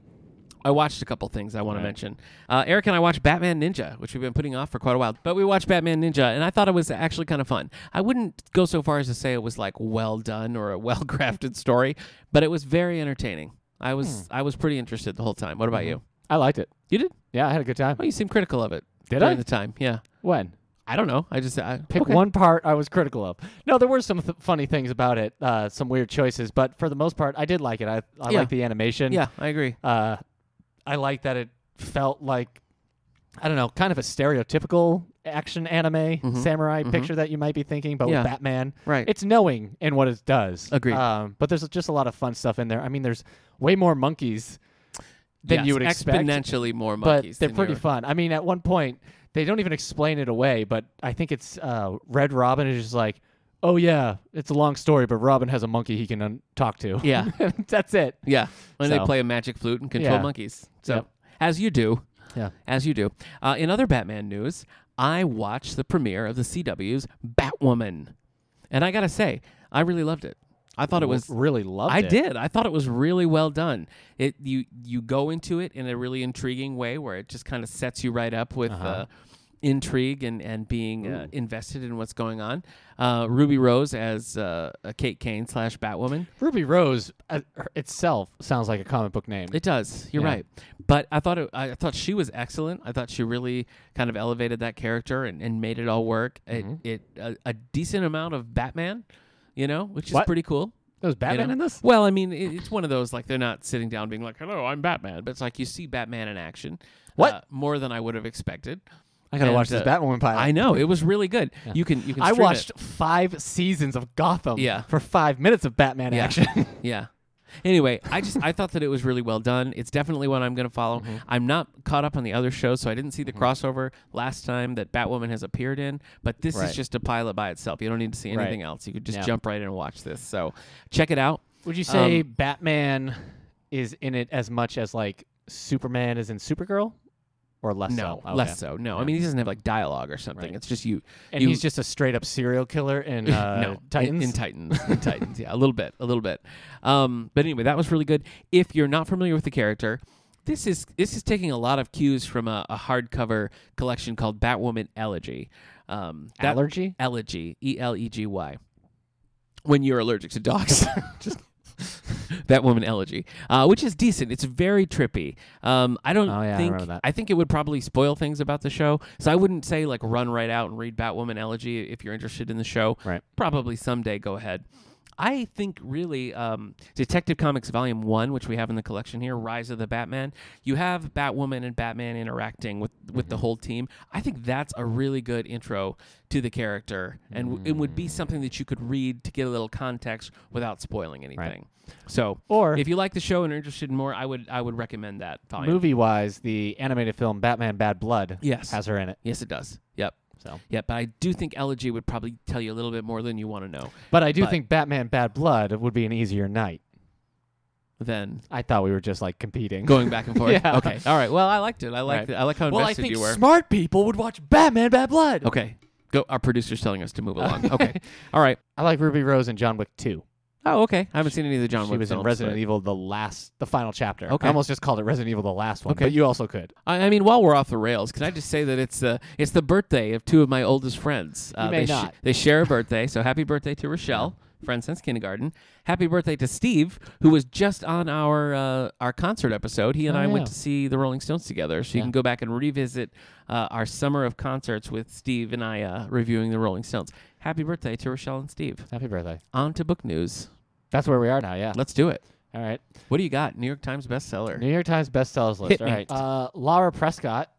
[SPEAKER 2] I watched a couple things I want
[SPEAKER 1] Right.
[SPEAKER 2] to mention. Uh, Eric and I watched Batman Ninja, which we've been putting off for quite a while, but we watched Batman Ninja, and I thought it was actually kind of fun. I wouldn't go so far as to say it was like well done or a well crafted story, but it was very entertaining. I was
[SPEAKER 1] Hmm.
[SPEAKER 2] I was pretty interested the whole time. What about
[SPEAKER 1] Mm-hmm.
[SPEAKER 2] you?
[SPEAKER 1] I liked it.
[SPEAKER 2] You did?
[SPEAKER 1] Yeah, I had a good time.
[SPEAKER 2] Well, you seem critical of it.
[SPEAKER 1] Did
[SPEAKER 2] during
[SPEAKER 1] I?
[SPEAKER 2] the time? Yeah.
[SPEAKER 1] When?
[SPEAKER 2] I don't know. I just I,
[SPEAKER 1] Pick
[SPEAKER 2] okay.
[SPEAKER 1] one part I was critical of. No, there were some th- funny things about it, uh, some weird choices, but for the most part, I did like it. I, I
[SPEAKER 2] Yeah.
[SPEAKER 1] like the animation.
[SPEAKER 2] Yeah, I agree.
[SPEAKER 1] Uh, I like that it felt like, I don't know, kind of a stereotypical action anime samurai picture that you might be thinking, but
[SPEAKER 2] Mm-hmm. Yeah.
[SPEAKER 1] with Batman.
[SPEAKER 2] Right.
[SPEAKER 1] It's knowing in what it does.
[SPEAKER 2] Agreed.
[SPEAKER 1] Um, but there's just a lot of fun stuff in there. I mean, there's way more monkeys than
[SPEAKER 2] Yes,
[SPEAKER 1] you would expect.
[SPEAKER 2] Exponentially more
[SPEAKER 1] but
[SPEAKER 2] monkeys.
[SPEAKER 1] they're
[SPEAKER 2] than
[SPEAKER 1] pretty
[SPEAKER 2] you-
[SPEAKER 1] fun. I mean, at one point they don't even explain it away, but I think it's uh, Red Robin is just like, "Oh yeah, it's a long story, but Robin has a monkey he can un- talk to."
[SPEAKER 2] Yeah.
[SPEAKER 1] that's it.
[SPEAKER 2] Yeah. When they
[SPEAKER 1] So.
[SPEAKER 2] play a magic flute and control
[SPEAKER 1] Yeah.
[SPEAKER 2] monkeys. So
[SPEAKER 1] Yep.
[SPEAKER 2] as you do,
[SPEAKER 1] Yeah.
[SPEAKER 2] as you do. Uh, in other Batman news, I watched the premiere of the CW's Batwoman, and I gotta say, I really loved it. I thought it was
[SPEAKER 1] really loved.
[SPEAKER 2] I
[SPEAKER 1] it.
[SPEAKER 2] did. I thought it was really well done. It you you go into it in a really intriguing way where it just kind of sets you right up with uh
[SPEAKER 1] Uh-huh.
[SPEAKER 2] intrigue and and being uh, invested in what's going on. Uh, Ruby Rose as uh, a Kate Kane slash Batwoman.
[SPEAKER 1] Ruby Rose uh, her- itself sounds like a comic book name.
[SPEAKER 2] It does. You're
[SPEAKER 1] Yeah.
[SPEAKER 2] right. But I thought it, I I thought she was excellent. I thought she really kind of elevated that character and, and made it all work. It,
[SPEAKER 1] Mm-hmm.
[SPEAKER 2] it a, a decent amount of Batman, you know, which is
[SPEAKER 1] What?
[SPEAKER 2] pretty cool.
[SPEAKER 1] There's
[SPEAKER 2] you know?
[SPEAKER 1] Batman in this.
[SPEAKER 2] Well, I mean, it, it's one of those like they're not sitting down being like, "Hello, I'm Batman," but it's like you see Batman in action.
[SPEAKER 1] What?
[SPEAKER 2] uh, more than I would have expected.
[SPEAKER 1] I gotta
[SPEAKER 2] And,
[SPEAKER 1] watch this
[SPEAKER 2] uh,
[SPEAKER 1] Batwoman pilot.
[SPEAKER 2] I know it was really good. You can you can.
[SPEAKER 1] I
[SPEAKER 2] stream it.
[SPEAKER 1] watched five seasons of Gotham
[SPEAKER 2] Yeah.
[SPEAKER 1] for five minutes of Batman
[SPEAKER 2] Yeah.
[SPEAKER 1] action.
[SPEAKER 2] Yeah. Anyway, I just I thought that it was really well done. It's definitely one I'm going to follow.
[SPEAKER 1] Mm-hmm.
[SPEAKER 2] I'm not caught up on the other shows, so I didn't see the crossover last time that Batwoman has appeared in. But this
[SPEAKER 1] Right.
[SPEAKER 2] is just a pilot by itself. You don't need to see
[SPEAKER 1] Right.
[SPEAKER 2] anything else. You could just
[SPEAKER 1] Yeah.
[SPEAKER 2] jump right in and watch this. So check it out.
[SPEAKER 1] Would you say
[SPEAKER 2] Um,
[SPEAKER 1] Batman is in it as much as like Superman is in Supergirl, or less?
[SPEAKER 2] no,
[SPEAKER 1] so? Oh, Okay.
[SPEAKER 2] less so. No, I
[SPEAKER 1] Yeah.
[SPEAKER 2] mean he doesn't have like dialogue or something.
[SPEAKER 1] Right.
[SPEAKER 2] It's just you.
[SPEAKER 1] And
[SPEAKER 2] you,
[SPEAKER 1] he's just a straight up serial killer in uh,
[SPEAKER 2] no, in-
[SPEAKER 1] Titans.
[SPEAKER 2] in, Titans, in Titans, yeah, a little bit, a little bit. Um, but anyway, that was really good. If you're not familiar with the character, this is this is taking a lot of cues from a, a hardcover collection called Batwoman Elegy. Um, that-
[SPEAKER 1] Allergy.
[SPEAKER 2] Elegy, E L E G Y. When you're allergic to dogs, just that woman elegy, uh, which is decent. It's very trippy. Um, I don't
[SPEAKER 1] Oh, yeah, I
[SPEAKER 2] think
[SPEAKER 1] remember that.
[SPEAKER 2] think it would probably spoil things about the show, so I wouldn't say like run right out and read Batwoman elegy if you're interested in the show.
[SPEAKER 1] Right.
[SPEAKER 2] Probably someday go ahead. I think really um, Detective Comics Volume One, which we have in the collection here, Rise of the Batman. You have Batwoman and Batman interacting with with the whole team. I think that's a really good intro to the character, and w- it would be something that you could read to get a little context without spoiling anything. So,
[SPEAKER 1] Or
[SPEAKER 2] if you like the show and are interested in more, I would I would recommend that volume.
[SPEAKER 1] movie wise, the animated film Batman Bad Blood
[SPEAKER 2] Yes,
[SPEAKER 1] has her in it.
[SPEAKER 2] yes, it does. Yep,
[SPEAKER 1] So,
[SPEAKER 2] yep. But I do think Elegy would probably tell you a little bit more than you want to know.
[SPEAKER 1] but I do
[SPEAKER 2] But-
[SPEAKER 1] think Batman Bad Blood would be an easier night.
[SPEAKER 2] than
[SPEAKER 1] I thought we were just like competing.
[SPEAKER 2] going back and forth.
[SPEAKER 1] Yeah.
[SPEAKER 2] Okay. All right. Well, I liked it. I liked
[SPEAKER 1] Right.
[SPEAKER 2] it. I like how
[SPEAKER 1] well, I
[SPEAKER 2] invested
[SPEAKER 1] think
[SPEAKER 2] you were.
[SPEAKER 1] smart people would watch Batman Bad Blood.
[SPEAKER 2] okay. Go. Our producer's telling us to move along. okay. All right.
[SPEAKER 1] I like Ruby Rose and John Wick 2.
[SPEAKER 2] Oh, okay. I haven't seen any of the John
[SPEAKER 1] she
[SPEAKER 2] Wick
[SPEAKER 1] was
[SPEAKER 2] films,
[SPEAKER 1] in Resident
[SPEAKER 2] but-
[SPEAKER 1] Evil the last the final chapter.
[SPEAKER 2] Okay.
[SPEAKER 1] I almost just called it Resident Evil the last one,
[SPEAKER 2] Okay.
[SPEAKER 1] but you also could.
[SPEAKER 2] I, I mean, while we're off the rails, can I just say that it's the it's the birthday of two of my oldest friends. Uh,
[SPEAKER 1] You may
[SPEAKER 2] they, sh-
[SPEAKER 1] not.
[SPEAKER 2] they share a birthday, so happy birthday to Rochelle, friend since kindergarten. Happy birthday to Steve, who was just on our uh, our concert episode. He and
[SPEAKER 1] Oh,
[SPEAKER 2] I
[SPEAKER 1] yeah.
[SPEAKER 2] went to see the Rolling Stones together, so you
[SPEAKER 1] Yeah.
[SPEAKER 2] can go back and revisit uh, our summer of concerts with Steve and I uh, reviewing the Rolling Stones. Happy birthday to Rochelle and Steve.
[SPEAKER 1] Happy birthday.
[SPEAKER 2] On to book news.
[SPEAKER 1] That's where we are now, yeah.
[SPEAKER 2] Let's do it.
[SPEAKER 1] All right.
[SPEAKER 2] What do you got? New York Times bestseller.
[SPEAKER 1] New York Times bestsellers list.
[SPEAKER 2] Hit
[SPEAKER 1] All
[SPEAKER 2] me.
[SPEAKER 1] right. Uh, Laura Prescott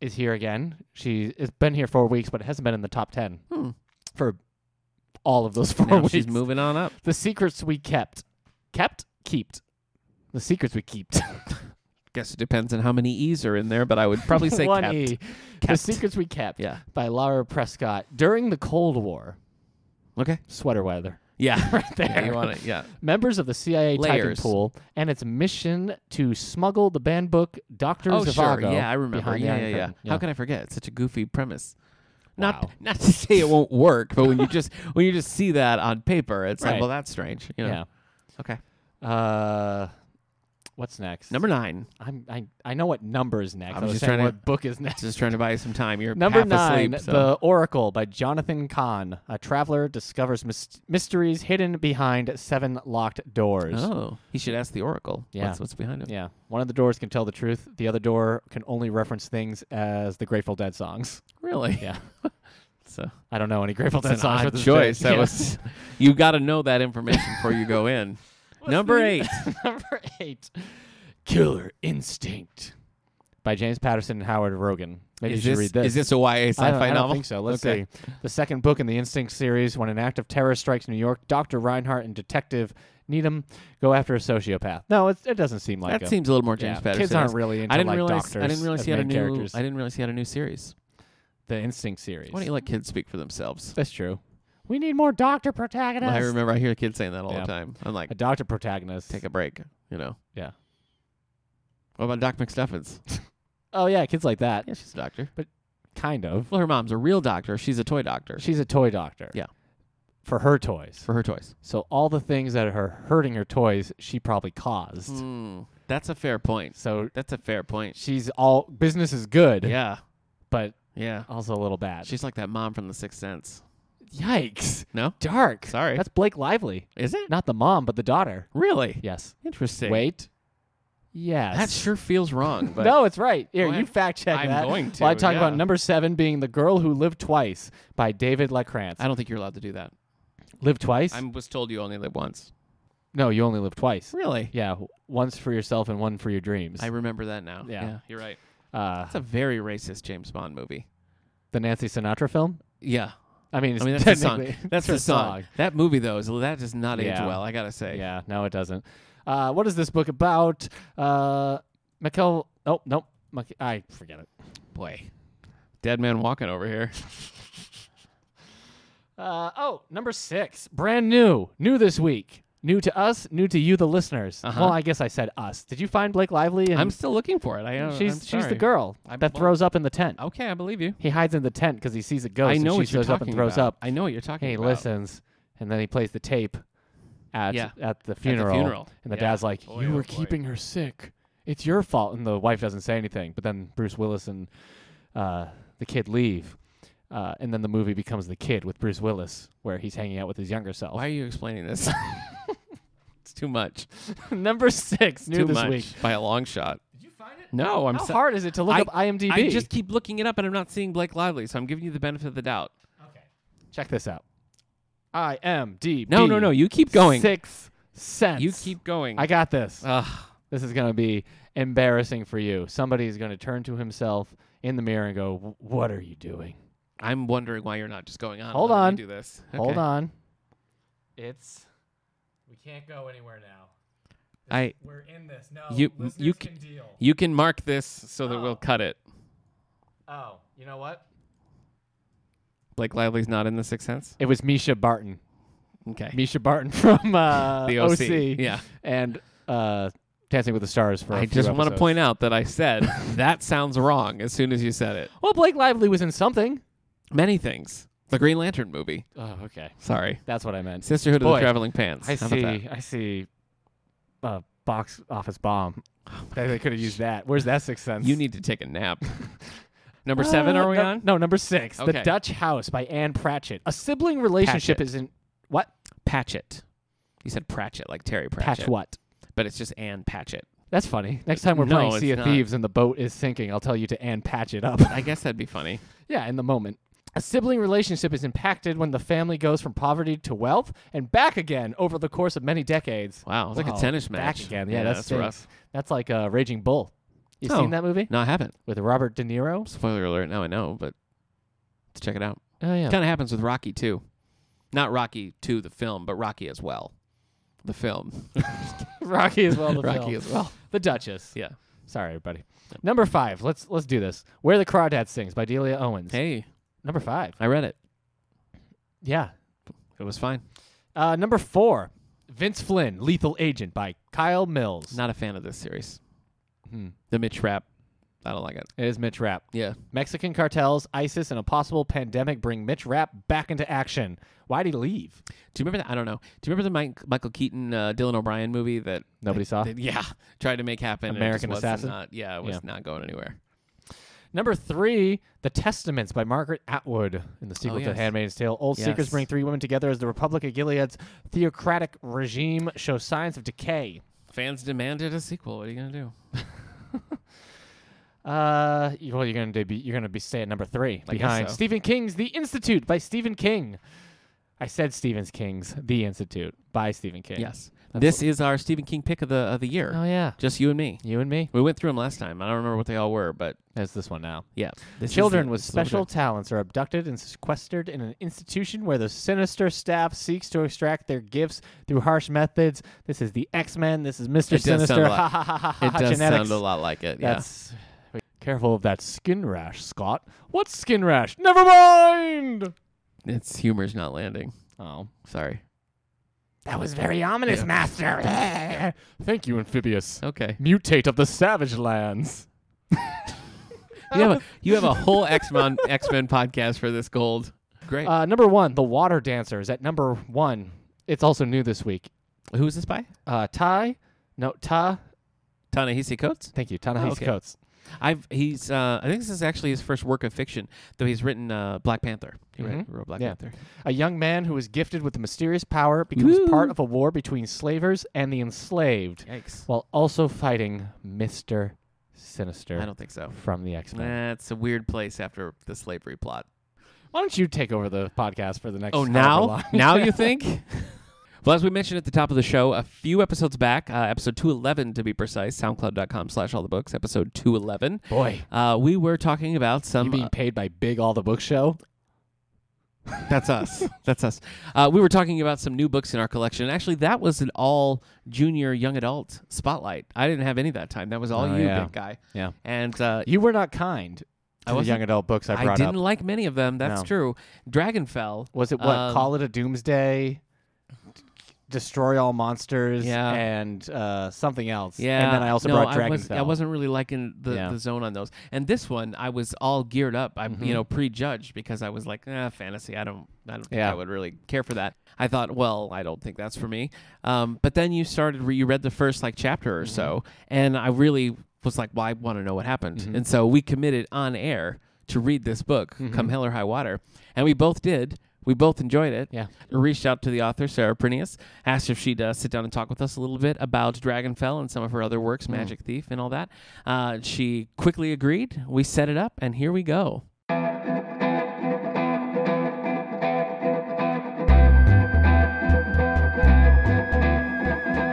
[SPEAKER 1] is here again. She has been here four weeks, but hasn't been in the top 10
[SPEAKER 2] Hmm.
[SPEAKER 1] for all of those four
[SPEAKER 2] Now
[SPEAKER 1] weeks.
[SPEAKER 2] she's moving on up.
[SPEAKER 1] The secrets we kept. Kept? Keeped. The secrets we keeped.
[SPEAKER 2] Guess it depends on how many E's are in there, but I would probably say
[SPEAKER 1] One
[SPEAKER 2] kept.
[SPEAKER 1] E. The
[SPEAKER 2] Kept.
[SPEAKER 1] secrets we kept
[SPEAKER 2] Yeah.
[SPEAKER 1] by Laura Prescott during the Cold War.
[SPEAKER 2] Okay.
[SPEAKER 1] Sweater weather.
[SPEAKER 2] Yeah.
[SPEAKER 1] Right there.
[SPEAKER 2] Yeah, you want it? Yeah.
[SPEAKER 1] Members of the CIA Titan
[SPEAKER 2] Layers.
[SPEAKER 1] pool and its mission to smuggle the banned book Doctor
[SPEAKER 2] oh,
[SPEAKER 1] Zhivago.
[SPEAKER 2] sure. Yeah, I remember.
[SPEAKER 1] behind the
[SPEAKER 2] Yeah,
[SPEAKER 1] Iron
[SPEAKER 2] yeah, yeah.
[SPEAKER 1] Curtain.
[SPEAKER 2] How could I forget? It's such a goofy premise. Not
[SPEAKER 1] Wow.
[SPEAKER 2] not to say it won't work, but when you just when you just see that on paper, it's
[SPEAKER 1] Right.
[SPEAKER 2] like, well, that's strange. You know?
[SPEAKER 1] Yeah.
[SPEAKER 2] Okay.
[SPEAKER 1] Uh, what's next?
[SPEAKER 2] Number nine.
[SPEAKER 1] I'm, I I know what number is next.
[SPEAKER 2] I'm
[SPEAKER 1] I was
[SPEAKER 2] just
[SPEAKER 1] saying
[SPEAKER 2] trying to-
[SPEAKER 1] what book is next.
[SPEAKER 2] Just trying to buy you some time. You're
[SPEAKER 1] Number
[SPEAKER 2] half
[SPEAKER 1] nine,
[SPEAKER 2] asleep. So.
[SPEAKER 1] The Oracle by Jonathan Kahn. A traveler discovers mys- mysteries hidden behind seven locked doors.
[SPEAKER 2] oh, he should ask the Oracle.
[SPEAKER 1] Yeah.
[SPEAKER 2] What's, what's behind him?
[SPEAKER 1] Yeah. One of the doors can tell the truth. The other door can only reference things as the Grateful Dead songs.
[SPEAKER 2] Really?
[SPEAKER 1] Yeah.
[SPEAKER 2] So
[SPEAKER 1] I don't know any Grateful Dead
[SPEAKER 2] that's an
[SPEAKER 1] songs. but
[SPEAKER 2] odd
[SPEAKER 1] this is
[SPEAKER 2] choice.
[SPEAKER 1] good.
[SPEAKER 2] That
[SPEAKER 1] Yeah.
[SPEAKER 2] was. You got to know that information before you go in. Number eight.
[SPEAKER 1] Number eight, Killer Instinct by James Patterson and Howard Rogan. Maybe
[SPEAKER 2] is
[SPEAKER 1] you
[SPEAKER 2] this,
[SPEAKER 1] should read this.
[SPEAKER 2] Is this a YA sci-fi
[SPEAKER 1] I don't, I
[SPEAKER 2] novel?
[SPEAKER 1] don't think so. Let's
[SPEAKER 2] Okay.
[SPEAKER 1] see. The second book in the Instinct series, when an act of terror strikes New York, Dr. Reinhardt and Detective Needham go after a sociopath. No, it, it doesn't seem like
[SPEAKER 2] that
[SPEAKER 1] a-
[SPEAKER 2] seems a little more
[SPEAKER 1] yeah,
[SPEAKER 2] James Patterson.
[SPEAKER 1] Kids aren't really into
[SPEAKER 2] I didn't
[SPEAKER 1] like
[SPEAKER 2] realize.
[SPEAKER 1] doctors
[SPEAKER 2] I didn't realize
[SPEAKER 1] as
[SPEAKER 2] he had a
[SPEAKER 1] main
[SPEAKER 2] new.
[SPEAKER 1] characters.
[SPEAKER 2] I didn't realize he had a new series.
[SPEAKER 1] the Instinct series.
[SPEAKER 2] Why don't you let kids speak for themselves?
[SPEAKER 1] That's true. We need more doctor protagonists.
[SPEAKER 2] I remember I hear kids saying that all
[SPEAKER 1] Yeah.
[SPEAKER 2] the time. I'm like,
[SPEAKER 1] a doctor protagonist.
[SPEAKER 2] take a break. You know.
[SPEAKER 1] Yeah.
[SPEAKER 2] What about Doc McStuffins?
[SPEAKER 1] oh yeah, kids like that.
[SPEAKER 2] yeah, she's a doctor.
[SPEAKER 1] Kind of.
[SPEAKER 2] Well, her mom's a real doctor. She's a toy doctor
[SPEAKER 1] She's a toy doctor.
[SPEAKER 2] Yeah.
[SPEAKER 1] For her toys.
[SPEAKER 2] for her toys.
[SPEAKER 1] So all the things that are hurting her toys, she probably caused.
[SPEAKER 2] Hmm. that's a fair point.
[SPEAKER 1] So
[SPEAKER 2] That's a fair point.
[SPEAKER 1] she's all business is good,
[SPEAKER 2] Yeah.
[SPEAKER 1] but
[SPEAKER 2] Yeah.
[SPEAKER 1] also a little bad.
[SPEAKER 2] She's like that mom from The Sixth Sense.
[SPEAKER 1] Yikes.
[SPEAKER 2] No?
[SPEAKER 1] Dark.
[SPEAKER 2] Sorry.
[SPEAKER 1] That's Blake Lively.
[SPEAKER 2] Is it?
[SPEAKER 1] Not the mom, but the daughter.
[SPEAKER 2] Really?
[SPEAKER 1] Yes.
[SPEAKER 2] Interesting.
[SPEAKER 1] Wait. Yes.
[SPEAKER 2] That sure feels wrong. But
[SPEAKER 1] no, it's right. Here,
[SPEAKER 2] Well,
[SPEAKER 1] you fact check
[SPEAKER 2] I'm
[SPEAKER 1] that.
[SPEAKER 2] going to,
[SPEAKER 1] While I talk
[SPEAKER 2] yeah.
[SPEAKER 1] about number seven being The Girl Who Lived Twice by David LaCrance.
[SPEAKER 2] I don't think you're allowed to do that.
[SPEAKER 1] Live twice?
[SPEAKER 2] I was told you only live once.
[SPEAKER 1] No, you only live twice.
[SPEAKER 2] Really?
[SPEAKER 1] Yeah, w- once for yourself and one for your dreams.
[SPEAKER 2] I remember that now.
[SPEAKER 1] Yeah.
[SPEAKER 2] you're right.
[SPEAKER 1] uh,
[SPEAKER 2] That's a very racist James Bond movie.
[SPEAKER 1] the Nancy Sinatra film?
[SPEAKER 2] Yeah,
[SPEAKER 1] I mean, it's
[SPEAKER 2] I mean that's the song.
[SPEAKER 1] technically-
[SPEAKER 2] That's
[SPEAKER 1] it's
[SPEAKER 2] the
[SPEAKER 1] a
[SPEAKER 2] song. That movie though, is, that does not age
[SPEAKER 1] Yeah.
[SPEAKER 2] well. I gotta say.
[SPEAKER 1] Yeah, no, it doesn't. Uh, what is this book about? Uh, Mikel. Oh, nope. Mik- I forget it.
[SPEAKER 2] Boy, dead man walking over here.
[SPEAKER 1] Uh, oh, number six. Brand new. New this week. New to us, new to you, the listeners.
[SPEAKER 2] Uh-huh.
[SPEAKER 1] Well, I guess I said us. Did you find Blake Lively? And
[SPEAKER 2] I'm still looking for it. I am.
[SPEAKER 1] she's
[SPEAKER 2] I'm
[SPEAKER 1] she's the
[SPEAKER 2] sorry.
[SPEAKER 1] girl
[SPEAKER 2] I'm-
[SPEAKER 1] that
[SPEAKER 2] well-
[SPEAKER 1] throws up in the tent.
[SPEAKER 2] Okay, I believe you.
[SPEAKER 1] He hides in the tent because he sees a ghost.
[SPEAKER 2] I know
[SPEAKER 1] and
[SPEAKER 2] what
[SPEAKER 1] Oh, she
[SPEAKER 2] you're
[SPEAKER 1] shows up
[SPEAKER 2] talking
[SPEAKER 1] and throws
[SPEAKER 2] about.
[SPEAKER 1] up.
[SPEAKER 2] I know what you're talking
[SPEAKER 1] And he
[SPEAKER 2] about.
[SPEAKER 1] listens, and then he plays the tape at
[SPEAKER 2] Yeah.
[SPEAKER 1] at the funeral.
[SPEAKER 2] funeral.
[SPEAKER 1] And the
[SPEAKER 2] Yeah.
[SPEAKER 1] dad's like,
[SPEAKER 2] Boy,
[SPEAKER 1] "You
[SPEAKER 2] oh
[SPEAKER 1] were
[SPEAKER 2] boy.
[SPEAKER 1] keeping her sick. It's your fault." And the wife doesn't say anything. But then Bruce Willis and uh, the kid leave, uh, and then the movie becomes the kid with Bruce Willis, where he's hanging out with his younger self.
[SPEAKER 2] Why are you explaining this? it's too much.
[SPEAKER 1] Number six, new
[SPEAKER 2] too
[SPEAKER 1] this
[SPEAKER 2] much
[SPEAKER 1] week.
[SPEAKER 2] by a long shot. Did you find it? No, I'm
[SPEAKER 1] How
[SPEAKER 2] so-
[SPEAKER 1] hard is it to look
[SPEAKER 2] I-
[SPEAKER 1] up IMDb?
[SPEAKER 2] I just keep looking it up and I'm not seeing Blake Lively, so I'm giving you the benefit of the doubt.
[SPEAKER 1] check this out. IMDb.
[SPEAKER 2] No, no, no. You keep going.
[SPEAKER 1] Six cents.
[SPEAKER 2] You keep going.
[SPEAKER 1] I got this.
[SPEAKER 2] Ugh.
[SPEAKER 1] this is going to be embarrassing for you. Somebody is going to turn to himself in the mirror and go, "W- "What are you doing?"
[SPEAKER 2] I'm wondering why you're not just going on.
[SPEAKER 1] Hold
[SPEAKER 2] and letting
[SPEAKER 1] on.
[SPEAKER 2] me Do this.
[SPEAKER 1] Hold
[SPEAKER 2] Okay.
[SPEAKER 1] on. It's we can't go anywhere now.
[SPEAKER 2] I.
[SPEAKER 1] We're in this. No,
[SPEAKER 2] You- listeners you c- can
[SPEAKER 1] deal.
[SPEAKER 2] You can mark this so that
[SPEAKER 1] Oh.
[SPEAKER 2] we'll cut it.
[SPEAKER 1] Oh, you know what?
[SPEAKER 2] Blake Lively's not in the Sixth Sense.
[SPEAKER 1] It was Misha Barton.
[SPEAKER 2] Okay.
[SPEAKER 1] Misha Barton from uh,
[SPEAKER 2] The OC. Yeah.
[SPEAKER 1] and uh, Dancing with the Stars for. I
[SPEAKER 2] I just want to point out that I said that sounds wrong as soon as you said it.
[SPEAKER 1] Well, Blake Lively was in something.
[SPEAKER 2] Many things. The Green Lantern movie.
[SPEAKER 1] Oh, okay.
[SPEAKER 2] Sorry.
[SPEAKER 1] That's what I meant.
[SPEAKER 2] Sisterhood of
[SPEAKER 1] Boy,
[SPEAKER 2] the Traveling Pants.
[SPEAKER 1] I
[SPEAKER 2] How about that?
[SPEAKER 1] see. I see. A box office bomb. They- they could have used that. Where's that sixth sense?
[SPEAKER 2] You need to take a nap. Number seven,
[SPEAKER 1] Uh,
[SPEAKER 2] are we
[SPEAKER 1] no,
[SPEAKER 2] on?
[SPEAKER 1] No, number six. The
[SPEAKER 2] Okay.
[SPEAKER 1] Dutch House by Anne Pratchett. A sibling relationship
[SPEAKER 2] Patchett.
[SPEAKER 1] isn't what
[SPEAKER 2] Patchett. You said Pratchett, like Terry Pratchett.
[SPEAKER 1] patch what.
[SPEAKER 2] But it's just Anne Patchett.
[SPEAKER 1] That's funny. Next time we're
[SPEAKER 2] No,
[SPEAKER 1] playing
[SPEAKER 2] it's
[SPEAKER 1] Sea of
[SPEAKER 2] not.
[SPEAKER 1] Thieves and the boat is sinking, I'll tell you to Anne Patchett up.
[SPEAKER 2] I guess that'd be funny.
[SPEAKER 1] yeah, in the moment. A sibling relationship is impacted when the family goes from poverty to wealth and back again over the course of many decades.
[SPEAKER 2] Wow, it's like
[SPEAKER 1] Wow,
[SPEAKER 2] a tennis
[SPEAKER 1] Back
[SPEAKER 2] match.
[SPEAKER 1] again. Yeah, that's,
[SPEAKER 2] that's rough.
[SPEAKER 1] That's like uh, Raging Bull. You
[SPEAKER 2] Oh.
[SPEAKER 1] seen that movie
[SPEAKER 2] No, I haven't.
[SPEAKER 1] with Robert De Niro?
[SPEAKER 2] Spoiler alert. Now I know, but let's check it out.
[SPEAKER 1] Oh yeah.
[SPEAKER 2] Kind of happens with Rocky too. Not Rocky two, the film, but Rocky as well, the film.
[SPEAKER 1] Rocky as well. The
[SPEAKER 2] Rocky
[SPEAKER 1] film.
[SPEAKER 2] as well.
[SPEAKER 1] The Duchess.
[SPEAKER 2] Yeah.
[SPEAKER 1] Sorry, everybody. Number five. Let's let's do this. Where the Crawdad Sings by Delia Owens.
[SPEAKER 2] Hey,
[SPEAKER 1] Number five.
[SPEAKER 2] I read it.
[SPEAKER 1] Yeah.
[SPEAKER 2] It was fine.
[SPEAKER 1] Uh, number four. Vince Flynn, Lethal Agent by Kyle Mills.
[SPEAKER 2] Not a fan of this series.
[SPEAKER 1] Hmm.
[SPEAKER 2] The Mitch Rap. I don't like it.
[SPEAKER 1] It is Mitch Rapp.
[SPEAKER 2] Yeah.
[SPEAKER 1] Mexican cartels, ISIS, and a possible pandemic bring Mitch Rapp back into action. Why'd he leave?
[SPEAKER 2] Do you remember that? I don't know. Do you remember the Mike, Michael Keaton, uh, Dylan O'Brien movie that
[SPEAKER 1] Nobody saw.
[SPEAKER 2] that- yeah, tried to make happen. and it
[SPEAKER 1] American
[SPEAKER 2] just was
[SPEAKER 1] Assassin?
[SPEAKER 2] Not, yeah, it was
[SPEAKER 1] Yeah.
[SPEAKER 2] not going anywhere.
[SPEAKER 1] Number three, The Testaments by Margaret Atwood in the sequel
[SPEAKER 2] Oh,
[SPEAKER 1] to
[SPEAKER 2] yes.
[SPEAKER 1] Handmaid's Tale. Old secrets
[SPEAKER 2] Yes.
[SPEAKER 1] bring three women together as the Republic of Gilead's theocratic regime shows signs of decay.
[SPEAKER 2] Fans demanded a sequel. What are you gonna do?
[SPEAKER 1] Uh, you- well, you're gonna do- be you're gonna be stay at number three
[SPEAKER 2] I guess
[SPEAKER 1] behind
[SPEAKER 2] so.
[SPEAKER 1] Stephen King's The Institute by Stephen King. I said Stephen King's The Institute by Stephen King.
[SPEAKER 2] Yes, this is our Stephen King pick of the of the year.
[SPEAKER 1] Oh yeah,
[SPEAKER 2] Just you and me.
[SPEAKER 1] you and me.
[SPEAKER 2] We went through them last time. I don't remember what they all were, but
[SPEAKER 1] That's this one now.
[SPEAKER 2] yeah, this is
[SPEAKER 1] Children
[SPEAKER 2] the-
[SPEAKER 1] with
[SPEAKER 2] this is the one
[SPEAKER 1] special
[SPEAKER 2] we're doing.
[SPEAKER 1] talents are abducted and sequestered in an institution where the sinister staff seeks to extract their gifts through harsh methods. This is the X Men. This is Mister
[SPEAKER 2] It does sound
[SPEAKER 1] Sinister.
[SPEAKER 2] a
[SPEAKER 1] Ha
[SPEAKER 2] lot-
[SPEAKER 1] ha ha ha ha.
[SPEAKER 2] It does
[SPEAKER 1] genetics.
[SPEAKER 2] sound a lot like it. Yeah.
[SPEAKER 1] That's Wait, careful of that skin rash, Scott. What skin rash? Never mind.
[SPEAKER 2] It's humor's not landing.
[SPEAKER 1] Oh,
[SPEAKER 2] Sorry.
[SPEAKER 1] that was very ominous, Master. Thank you, amphibious.
[SPEAKER 2] Okay.
[SPEAKER 1] Mutate of the savage lands.
[SPEAKER 2] You have a, you have a whole X Men X Men podcast for this gold. Great.
[SPEAKER 1] Uh, number one, the Water Dancer is at number one. It's also new this week.
[SPEAKER 2] Who is this by?
[SPEAKER 1] uh, Ty, no Ta.
[SPEAKER 2] Ta-Nehisi Coates.
[SPEAKER 1] Thank you, Ta-Nehisi
[SPEAKER 2] okay.
[SPEAKER 1] Coates.
[SPEAKER 2] I've he's uh, I think this is actually his first work of fiction, though he's written uh, Black Panther. He wrote-
[SPEAKER 1] Mhm.
[SPEAKER 2] wrote Black
[SPEAKER 1] Yeah.
[SPEAKER 2] Panther.
[SPEAKER 1] A young man who is gifted with the mysterious power becomes
[SPEAKER 2] Woo.
[SPEAKER 1] part of a war between slavers and the enslaved,
[SPEAKER 2] Yikes!
[SPEAKER 1] while also fighting Mister
[SPEAKER 2] I
[SPEAKER 1] Sinister
[SPEAKER 2] don't think so.
[SPEAKER 1] from the X Men.
[SPEAKER 2] That's a weird place after the slavery plot.
[SPEAKER 1] Why don't you take over the podcast for the next?
[SPEAKER 2] Oh,
[SPEAKER 1] however
[SPEAKER 2] now?
[SPEAKER 1] long?
[SPEAKER 2] now you think? Well, as we mentioned at the top of the show, a few episodes back, uh, episode 211 to be precise, soundcloud.com slash all the books, episode 211,
[SPEAKER 1] boy,
[SPEAKER 2] uh, we were talking about some.
[SPEAKER 1] you being paid by Big All the Book Show?
[SPEAKER 2] That's us. uh, That's us. Uh, we were talking about some new books in our collection. And actually, that was an all junior young adult spotlight. I didn't have any that time. That was all
[SPEAKER 1] Oh,
[SPEAKER 2] you,
[SPEAKER 1] yeah.
[SPEAKER 2] big guy.
[SPEAKER 1] Yeah.
[SPEAKER 2] And uh,
[SPEAKER 1] You were not kind to
[SPEAKER 2] I
[SPEAKER 1] the
[SPEAKER 2] wasn't-
[SPEAKER 1] young adult books I
[SPEAKER 2] I,
[SPEAKER 1] brought
[SPEAKER 2] didn't
[SPEAKER 1] up.
[SPEAKER 2] like many of them. That's
[SPEAKER 1] No.
[SPEAKER 2] true. Dragonfell.
[SPEAKER 1] Was it what?
[SPEAKER 2] um,
[SPEAKER 1] Call it a doomsday. Destroy all monsters
[SPEAKER 2] Yeah.
[SPEAKER 1] and uh, something else.
[SPEAKER 2] Yeah.
[SPEAKER 1] and then I also
[SPEAKER 2] no,
[SPEAKER 1] brought
[SPEAKER 2] I
[SPEAKER 1] Dragon's
[SPEAKER 2] wasn't, I wasn't really liking the,
[SPEAKER 1] Yeah.
[SPEAKER 2] the zone on those. And this one, I was all geared up. I
[SPEAKER 1] Mhm.
[SPEAKER 2] you know prejudged because I was like, eh, fantasy. I don't, I don't think
[SPEAKER 1] Yeah.
[SPEAKER 2] I would really care for that. I thought, well, I don't think that's for me. Um, but then you started, re- you read the first like chapter or so, and I really was like, well, I want to know what happened. And so we committed on air to read this book, come hell or high water, and we both did. We both enjoyed it
[SPEAKER 1] Yeah.
[SPEAKER 2] reached out to the author Sarah Prinius, asked if she'd uh, sit down and talk with us a little bit about Dragonfell and some of her other works, Magic Thief and all that. Uh, she quickly agreed. We set it up, and here we go.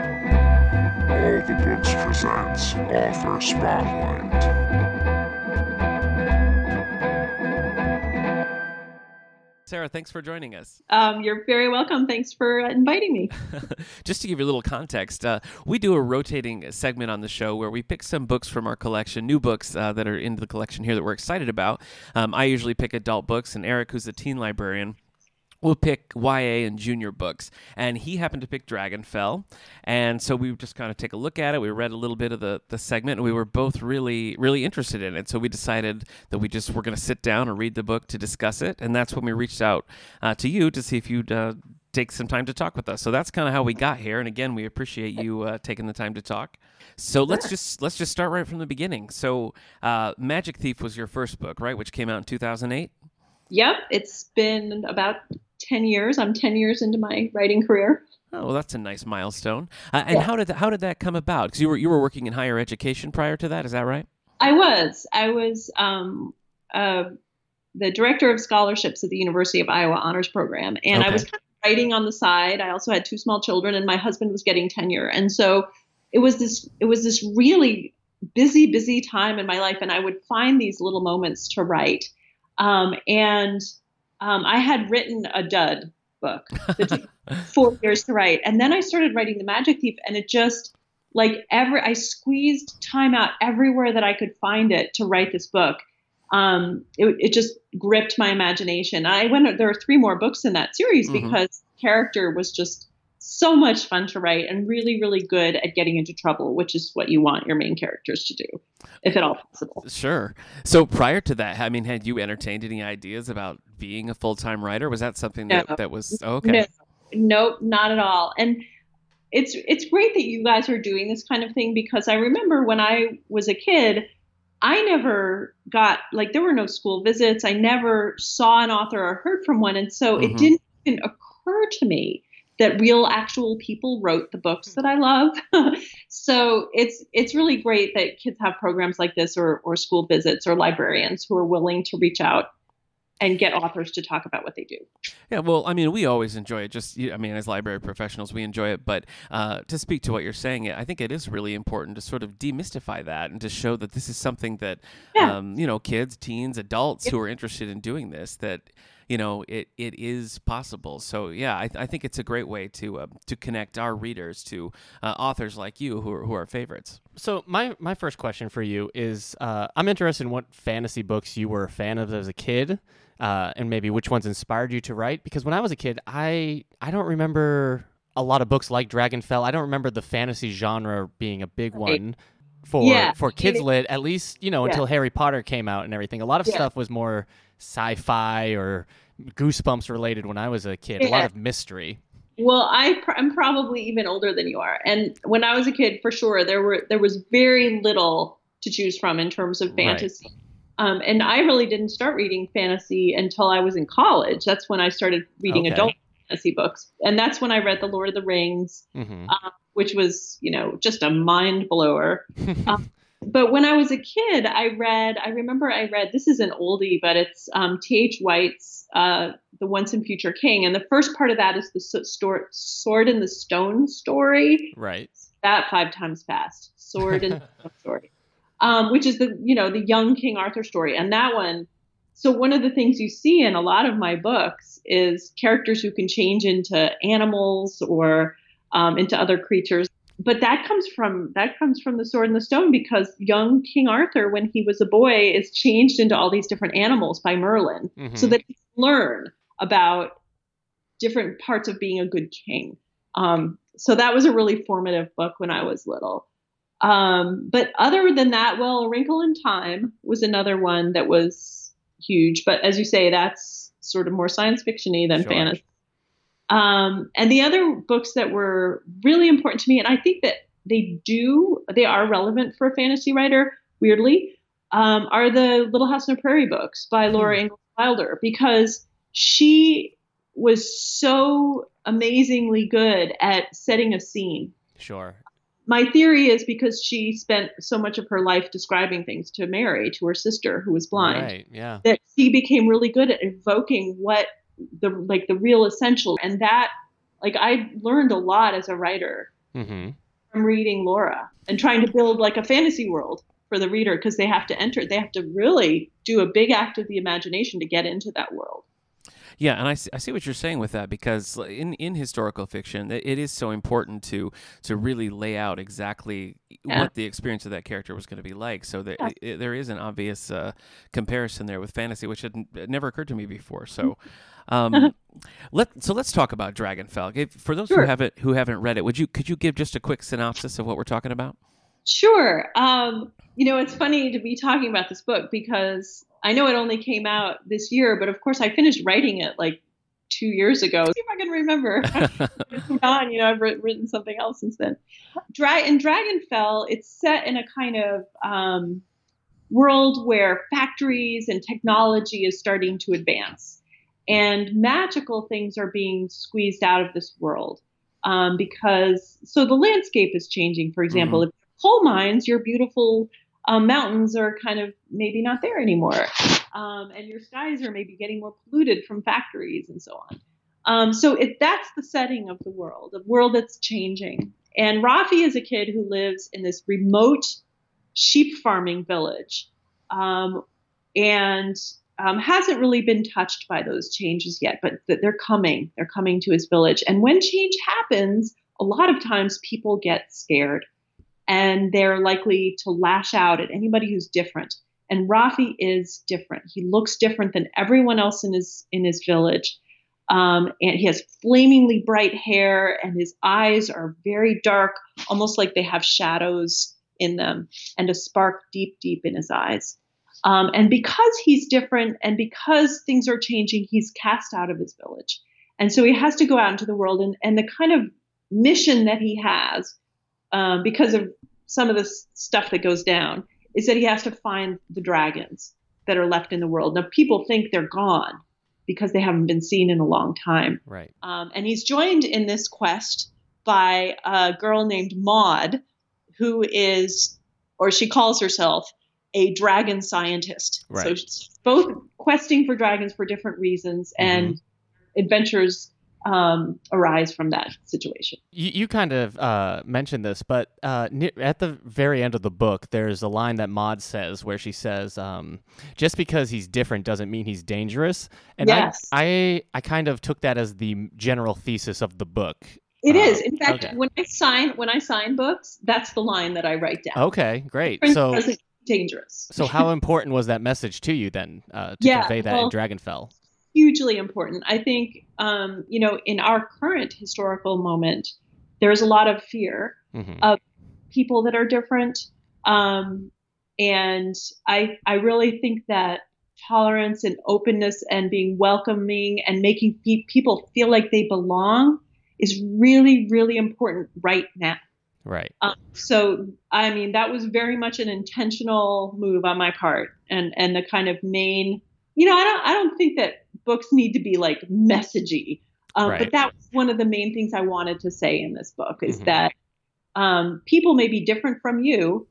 [SPEAKER 3] All the Books presents Author Spotlight.
[SPEAKER 2] Sarah, thanks for joining us.
[SPEAKER 4] Um, you're very welcome. Thanks for uh, inviting me.
[SPEAKER 2] Just to give you a little context, uh, we do a rotating segment on the show where we pick some books from our collection, new books uh, that are in the collection here that we're excited about. Um, I usually pick adult books, and Eric, who's a teen librarian, we'll pick YA and junior books. And he happened to pick Dragonfell. And so we just kind of take a look at it. We read a little bit of the, the segment and we were both really, really interested in it. So we decided that we just were going to sit down and read the book to discuss it. And that's when we reached out uh, to you to see if you'd. Uh, Take some time to talk with us, so that's kind of how we got here. And again, we appreciate you uh, taking the time to talk. So let's just let's just start right from the beginning. So, uh, Magic Thief was your first book, right? Which came out in two thousand eight.
[SPEAKER 4] Yep, it's been about 10 years. I'm 10 years into my writing career.
[SPEAKER 2] Oh, well, that's a nice milestone. Uh, and how did that, how did that come about? Because you were you were working in higher education prior to that, is that right?
[SPEAKER 4] I was. I was um, uh, the director of scholarships at the University of Iowa Honors Program, and I
[SPEAKER 2] Okay.
[SPEAKER 4] was kind of writing on the side. I also had two small children, and my husband was getting tenure, and so it was this it was this really busy, busy time in my life, and I would find these little moments to write. Um, and um, I had written a dud book that took four years to write, and then I started writing The Magic Thief, and it just like every I squeezed time out everywhere that I could find it to write this book. Um, it, it just gripped my imagination. I went. There are three more books in that series
[SPEAKER 2] Mhm.
[SPEAKER 4] because character was just so much fun to write and really, really good at getting into trouble, which is what you want your main characters to do, if at all possible.
[SPEAKER 2] Sure. So prior to that, I mean, had you entertained any ideas about being a full time writer? Was that something that,
[SPEAKER 4] No.
[SPEAKER 2] that was oh, okay?
[SPEAKER 4] No, nope, not at all. And it's it's great that you guys are doing this kind of thing because I remember when I was a kid, I never got like there were no school visits. I never saw an author or heard from one, and so
[SPEAKER 2] Mhm.
[SPEAKER 4] it didn't even occur to me that real actual people wrote the books that I love. so it's it's really great that kids have programs like this or or school visits or librarians who are willing to reach out and get authors to talk about what they do.
[SPEAKER 2] Yeah, well, I mean, we always enjoy it. Just, you- I mean, as library professionals, we enjoy it. But uh, to speak to what you're saying, I think it is really important to sort of demystify that and to show that this is something that,
[SPEAKER 4] Yeah.
[SPEAKER 2] um, you know, kids, teens, adults who are interested in doing this, that, you know, it, it is possible. So, yeah, I, th- I think it's a great way to uh, to connect our readers to uh, authors like you who are, who are favorites.
[SPEAKER 1] So my my first question for you is, uh, I'm interested in what fantasy books you were a fan of as a kid, uh, and maybe which ones inspired you to write. Because when I was a kid, I I don't remember a lot of books like Dragonfell. I don't remember the fantasy genre being a big
[SPEAKER 4] Right.
[SPEAKER 1] one for
[SPEAKER 4] Yeah.
[SPEAKER 1] for kids lit. At least you know
[SPEAKER 4] Yeah.
[SPEAKER 1] until Harry Potter came out and everything. A lot of
[SPEAKER 4] Yeah.
[SPEAKER 1] stuff was more sci-fi or goosebumps related when I was a kid. A lot
[SPEAKER 4] Yeah.
[SPEAKER 1] of mystery.
[SPEAKER 4] Well, I pr- I'm probably even older than you are, and when I was a kid, for sure, there were there was very little to choose from in terms of
[SPEAKER 1] Right.
[SPEAKER 4] fantasy. Um, and I really didn't start reading fantasy until I was in college. That's when I started reading
[SPEAKER 1] Okay.
[SPEAKER 4] adult fantasy books, and that's when I read The Lord of the Rings,
[SPEAKER 1] hmm
[SPEAKER 4] Um, which was you know just a mind blower. Um, but when I was a kid, I read. I remember I read. This is an oldie, but it's um, T. H. White's uh, "The Once and Future King," and the first part of that is the so- stor- sword and the stone story.
[SPEAKER 1] Right.
[SPEAKER 4] That five times fast. Sword and Stone story, um, which is the you know the young King Arthur story, and that one. So one of the things you see in a lot of my books is characters who can change into animals or um, into other creatures but that comes from that comes from the sword and the stone because young king arthur when he was a boy is changed into all these different animals by merlin so
[SPEAKER 1] Mhm.
[SPEAKER 4] that he can learn about different parts of being a good king um, so that was a really formative book when i was little um, but other than that well a wrinkle in time was another one that was huge but as you say that's sort of more science fictiony than
[SPEAKER 1] Sure.
[SPEAKER 4] fantasy um, and the other books that were really important to me, and I think that they do, they are relevant for a fantasy writer, weirdly, um, are the Little House on the Prairie books by Laura Ingalls Wilder because she was so amazingly good at setting a scene.
[SPEAKER 1] Sure.
[SPEAKER 4] My theory is because she spent so much of her life describing things to Mary, to her sister who was blind
[SPEAKER 1] Right. Yeah.
[SPEAKER 4] that she became really good at evoking what the like the real essential and that like I learned a lot as a writer
[SPEAKER 1] hmm
[SPEAKER 4] from reading Laura and trying to build like a fantasy world for the reader because they have to enter they have to really do a big act of the imagination to get into that world.
[SPEAKER 2] Yeah, and I see, I see what you're saying with that because like, in in historical fiction, it, it is so important to to really lay out exactly
[SPEAKER 4] Yeah.
[SPEAKER 2] what the experience of that character was going to be like. So that
[SPEAKER 4] Yeah.
[SPEAKER 2] i- i- there is an obvious uh, comparison there with fantasy, which had n- it never occurred to me before. So.
[SPEAKER 4] Mm-hmm.
[SPEAKER 2] Um, let so let's talk about Dragonfell. If, for those who
[SPEAKER 4] Sure.
[SPEAKER 2] haven't who haven't read it, would you could you give just a quick synopsis of what we're talking about?
[SPEAKER 4] Sure. Um, you know, it's funny to be talking about this book because I know it only came out this year, but of course I finished writing it like two years ago. See if I can remember. I've moved on, you know, I've writ- written something else since then. Dra- in Dragonfell, it's set in a kind of um, world where factories and technology is starting to advance, and magical things are being squeezed out of this world um, because so the landscape is changing. For example, if you're coal mines, your beautiful um, mountains are kind of maybe not there anymore, um, and your skies are maybe getting more polluted from factories and so on. Um, so it, that's the setting of the world, a world that's changing. And Rafi is a kid who lives in this remote sheep farming village um, and um, hasn't really been touched by those changes yet, but th- they're coming. They're coming to his village. And when change happens, a lot of times people get scared and they're likely to lash out at anybody who's different. And Rafi is different. He looks different than everyone else in his in his village. Um, and he has flamingly bright hair, and his eyes are very dark, almost like they have shadows in them, and a spark deep, deep in his eyes. Um, and because he's different, and because things are changing, he's cast out of his village, and so he has to go out into the world. and And the kind of mission that he has, um, because of some of the s- stuff that goes down, is that he has to find the dragons that are left in the world. Now, people think they're gone because they haven't been seen in a long time.
[SPEAKER 1] Right.
[SPEAKER 4] Um, and he's joined in this quest by a girl named Maud, who is, or she calls herself, a dragon scientist. So
[SPEAKER 1] Right.
[SPEAKER 4] she's both questing for dragons for different reasons,
[SPEAKER 1] Mm-hmm.
[SPEAKER 4] and adventures um, arise from that situation.
[SPEAKER 1] You, you kind of uh, mentioned this, but uh, ne- at the very end of the book, there's a line that Maud says where she says, um, "Just because he's different doesn't mean he's dangerous." And
[SPEAKER 4] Yes.
[SPEAKER 1] I, I, I kind of took that as the general thesis of the book.
[SPEAKER 4] It
[SPEAKER 1] Ah,
[SPEAKER 4] is, in fact,
[SPEAKER 1] okay.
[SPEAKER 4] when I sign when I sign books, that's the line that I write down.
[SPEAKER 1] Okay, great.
[SPEAKER 4] Prince
[SPEAKER 1] Oh, So,
[SPEAKER 4] President dangerous.
[SPEAKER 1] so how important was that message to you then uh, to
[SPEAKER 4] Yeah,
[SPEAKER 1] convey that
[SPEAKER 4] well-
[SPEAKER 1] in Dragonfell?
[SPEAKER 4] hugely important. I think, um, you know, in our current historical moment, there's a lot of fear,
[SPEAKER 1] hmm
[SPEAKER 4] people that are different. Um, and I, I really think that tolerance and openness and being welcoming and making pe- people feel like they belong is really, really important right now.
[SPEAKER 1] Right.
[SPEAKER 4] Um, so, I mean, that was very much an intentional move on my part, and and the kind of main, you know, I don't I don't think that books need to be like messagey, um,
[SPEAKER 1] Right.
[SPEAKER 4] but that was one of the main things I wanted to say in this book is
[SPEAKER 2] Mm-hmm.
[SPEAKER 1] Mhm.
[SPEAKER 4] that um, people may be different from you,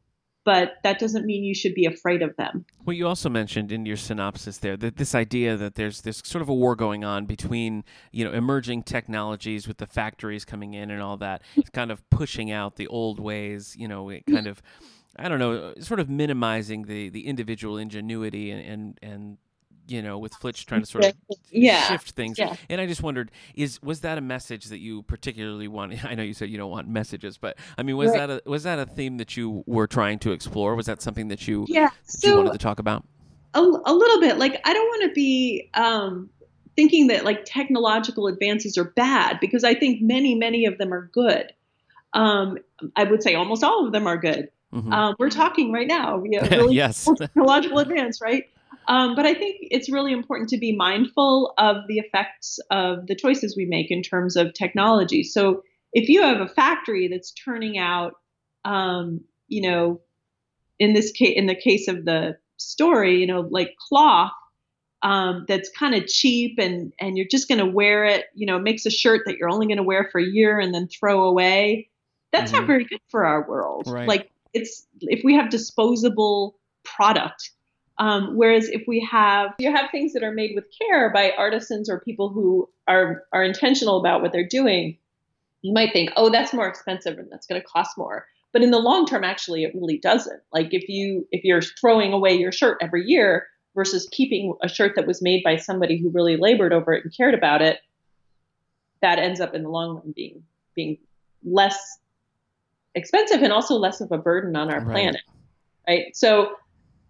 [SPEAKER 4] but that doesn't mean you should be afraid of them.
[SPEAKER 2] Well, you also mentioned in your synopsis there that this idea that there's this sort of a war going on between you know emerging technologies with the factories coming in and all that, it's kind of pushing out the old ways. You know, it kind of I don't know, uh, sort of minimizing the the individual ingenuity and and, and you know with Flitch trying to sort of
[SPEAKER 4] Yeah.
[SPEAKER 2] shift things.
[SPEAKER 4] Yeah.
[SPEAKER 2] And I just wondered, is was that a message that you particularly want? I know you said you don't want messages, but I mean, was
[SPEAKER 4] Right.
[SPEAKER 2] that a, was that a theme that you were trying to explore? Was that something that you
[SPEAKER 4] Yeah.
[SPEAKER 2] that you wanted to talk about?
[SPEAKER 4] a, a little bit like i don't want to be um, thinking that like technological advances are bad because i think many many of them are good um, i would say almost all of them are good
[SPEAKER 2] Mhm.
[SPEAKER 4] um, we're talking right now yeah really
[SPEAKER 2] yes.
[SPEAKER 4] technological advance right um, but i think it's really important to be mindful of the effects of the choices we make in terms of technology so if you have a factory that's turning out um, you know in this case in the case of the story you know like cloth um, that's kind of cheap and and you're just going to wear it you know it makes a shirt that you're only going to wear for a year and then throw away that's
[SPEAKER 2] Mhm.
[SPEAKER 4] not very good for our world
[SPEAKER 2] Right.
[SPEAKER 4] like it's if we have disposable product um, whereas if we have you have things that are made with care by artisans or people who are are intentional about what they're doing you might think oh that's more expensive and that's going to cost more but in the long term actually it really doesn't like if you if you're throwing away your shirt every year versus keeping a shirt that was made by somebody who really labored over it and cared about it, that ends up in the long run being being less expensive and also less of a burden on our
[SPEAKER 2] Right.
[SPEAKER 4] planet. Right. So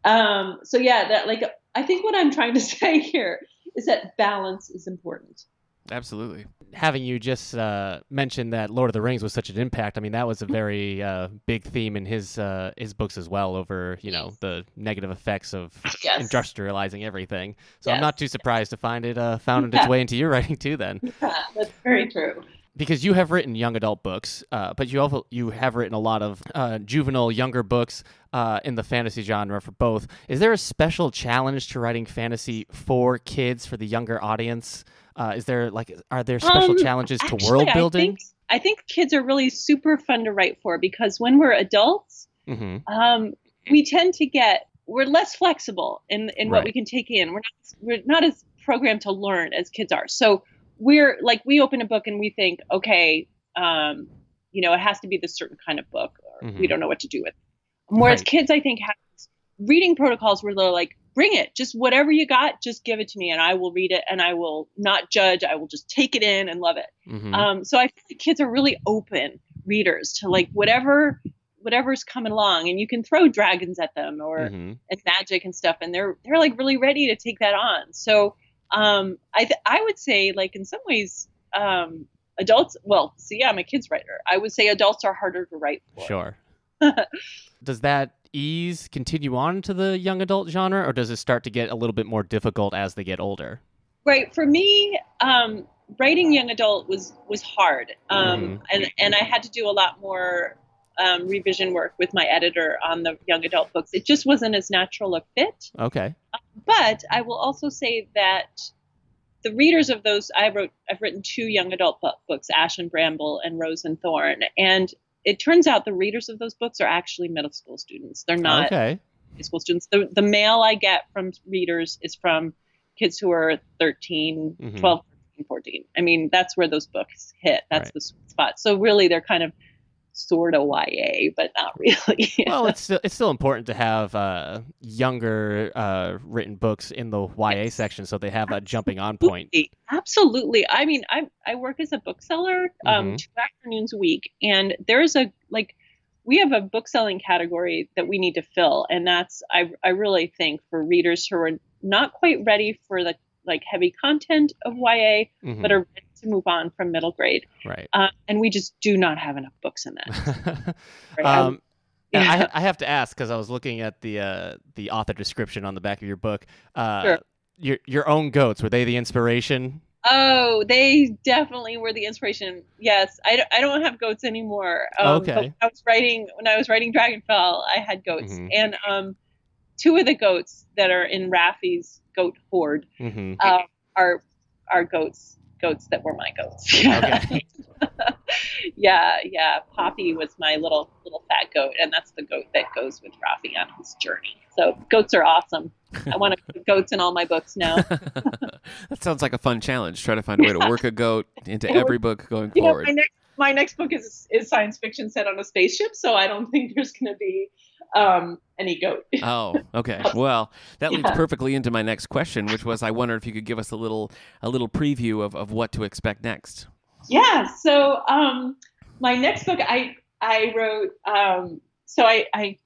[SPEAKER 4] um so yeah, that like I think what I'm trying to say here is that balance is important.
[SPEAKER 2] Absolutely.
[SPEAKER 1] having you just uh, mention that Lord of the Rings was such an impact, I mean that was a very uh, big theme in his uh, his books as well. Over you know the negative effects of
[SPEAKER 4] Yes.
[SPEAKER 1] industrializing everything. So I'm
[SPEAKER 4] Yes.
[SPEAKER 1] not too surprised to find it uh, found its
[SPEAKER 4] Yeah.
[SPEAKER 1] way into your writing too. Then
[SPEAKER 4] Yeah, that's very true.
[SPEAKER 1] because you have written young adult books, uh, but you also you have written a lot of uh, juvenile younger books uh, in the fantasy genre for both. Is there a special challenge to writing fantasy for kids for the younger audience? Uh, is there like are there special
[SPEAKER 4] Um,
[SPEAKER 1] challenges to
[SPEAKER 4] Actually,
[SPEAKER 1] world
[SPEAKER 4] I
[SPEAKER 1] building?
[SPEAKER 4] think- I think kids are really super fun to write for because when we're adults,
[SPEAKER 1] hmm
[SPEAKER 4] um, we tend to get we're less flexible in in what
[SPEAKER 1] Right.
[SPEAKER 4] we can take in. We're not we're not as programmed to learn as kids are. So we're like we open a book and we think, okay, um, you know, it has to be this certain kind of book, or we
[SPEAKER 1] Mhm.
[SPEAKER 4] don't know what to do with. It. Whereas
[SPEAKER 1] Right.
[SPEAKER 4] kids, I think, have these reading protocols where they're like, bring it, just whatever you got, just give it to me, and I will read it, and I will not judge. I will just take it in and love it.
[SPEAKER 1] hmm
[SPEAKER 4] Um, so I feel like kids are really open readers to like whatever whatever's coming along, and you can throw dragons at them or
[SPEAKER 1] hmm
[SPEAKER 4] and magic and stuff, and they're they're like really ready to take that on. So um, I th- I would say like in some ways um, adults well so yeah I'm a kids writer I would say adults are harder to write for.
[SPEAKER 1] Sure. does that ease continue on to the young adult genre, or does it start to get a little bit more difficult as they get older?
[SPEAKER 4] Right. For me, um, writing young adult was was hard, um,
[SPEAKER 1] Mhm.
[SPEAKER 4] and and I had to do a lot more um, revision work with my editor on the young adult books. It just wasn't as natural a fit.
[SPEAKER 1] Okay.
[SPEAKER 4] But I will also say that the readers of those I wrote I've written two young adult bu- books, Ash and Bramble and Rose and Thorn, and it turns out the readers of those books are actually middle school students. They're not
[SPEAKER 1] okay.
[SPEAKER 4] high school students. The, the mail I get from readers is from kids who are 13,
[SPEAKER 1] Mhm.
[SPEAKER 4] 12, 13, 14. I mean, that's where those books hit. That's
[SPEAKER 1] Right.
[SPEAKER 4] the sweet spot. So really, they're kind of sort of YA, but not really.
[SPEAKER 1] Well, it's still it's still important to have uh, younger uh, written books in the YA
[SPEAKER 4] Yes.
[SPEAKER 1] section, so they have a jumping on point.
[SPEAKER 4] Absolutely. Absolutely. I mean, I I work as a bookseller um,
[SPEAKER 1] Mhm.
[SPEAKER 4] two afternoons a week, and there's a like we have a bookselling category that we need to fill, and that's I I really think for readers who are not quite ready for the like heavy content of YA,
[SPEAKER 1] Mhm.
[SPEAKER 4] but are ready to move on from middle grade,
[SPEAKER 1] Right.
[SPEAKER 4] uh, and we just do not have enough books in that. Right? I-
[SPEAKER 1] um, and I, I have to ask because I was looking at the uh, the author description on the back of your book. Uh,
[SPEAKER 4] Sure.
[SPEAKER 1] Your your own goats were they the inspiration?
[SPEAKER 4] Oh, they definitely were the inspiration. Yes, I, don't- I don't have goats anymore. Um,
[SPEAKER 1] Okay.
[SPEAKER 4] But when I was writing when I was writing Dragonfell, I had goats,
[SPEAKER 1] Mhm.
[SPEAKER 4] and um, two of the goats that are in Raffi's goat horde
[SPEAKER 1] hmm
[SPEAKER 4] uh, are are goats goats that were my goats. Yeah.
[SPEAKER 1] Okay.
[SPEAKER 4] yeah, yeah. Poppy was my little little fat goat, and that's the goat that goes with Raffi on his journey. So goats are awesome. I want to put goats in all my books now.
[SPEAKER 2] that sounds like a fun challenge. Try to find a way to work a goat into every book going
[SPEAKER 4] you know,
[SPEAKER 2] forward.
[SPEAKER 4] my next my next book is is science fiction set on a spaceship, so I don't think there's going to be um, any goat.
[SPEAKER 2] Oh, okay. Well, that leads
[SPEAKER 4] Yeah.
[SPEAKER 2] perfectly into my next question, which was I wonder if you could give us a little a little preview of, of what to expect next.
[SPEAKER 4] yeah. So um, my next book, I I wrote. Um, so I, I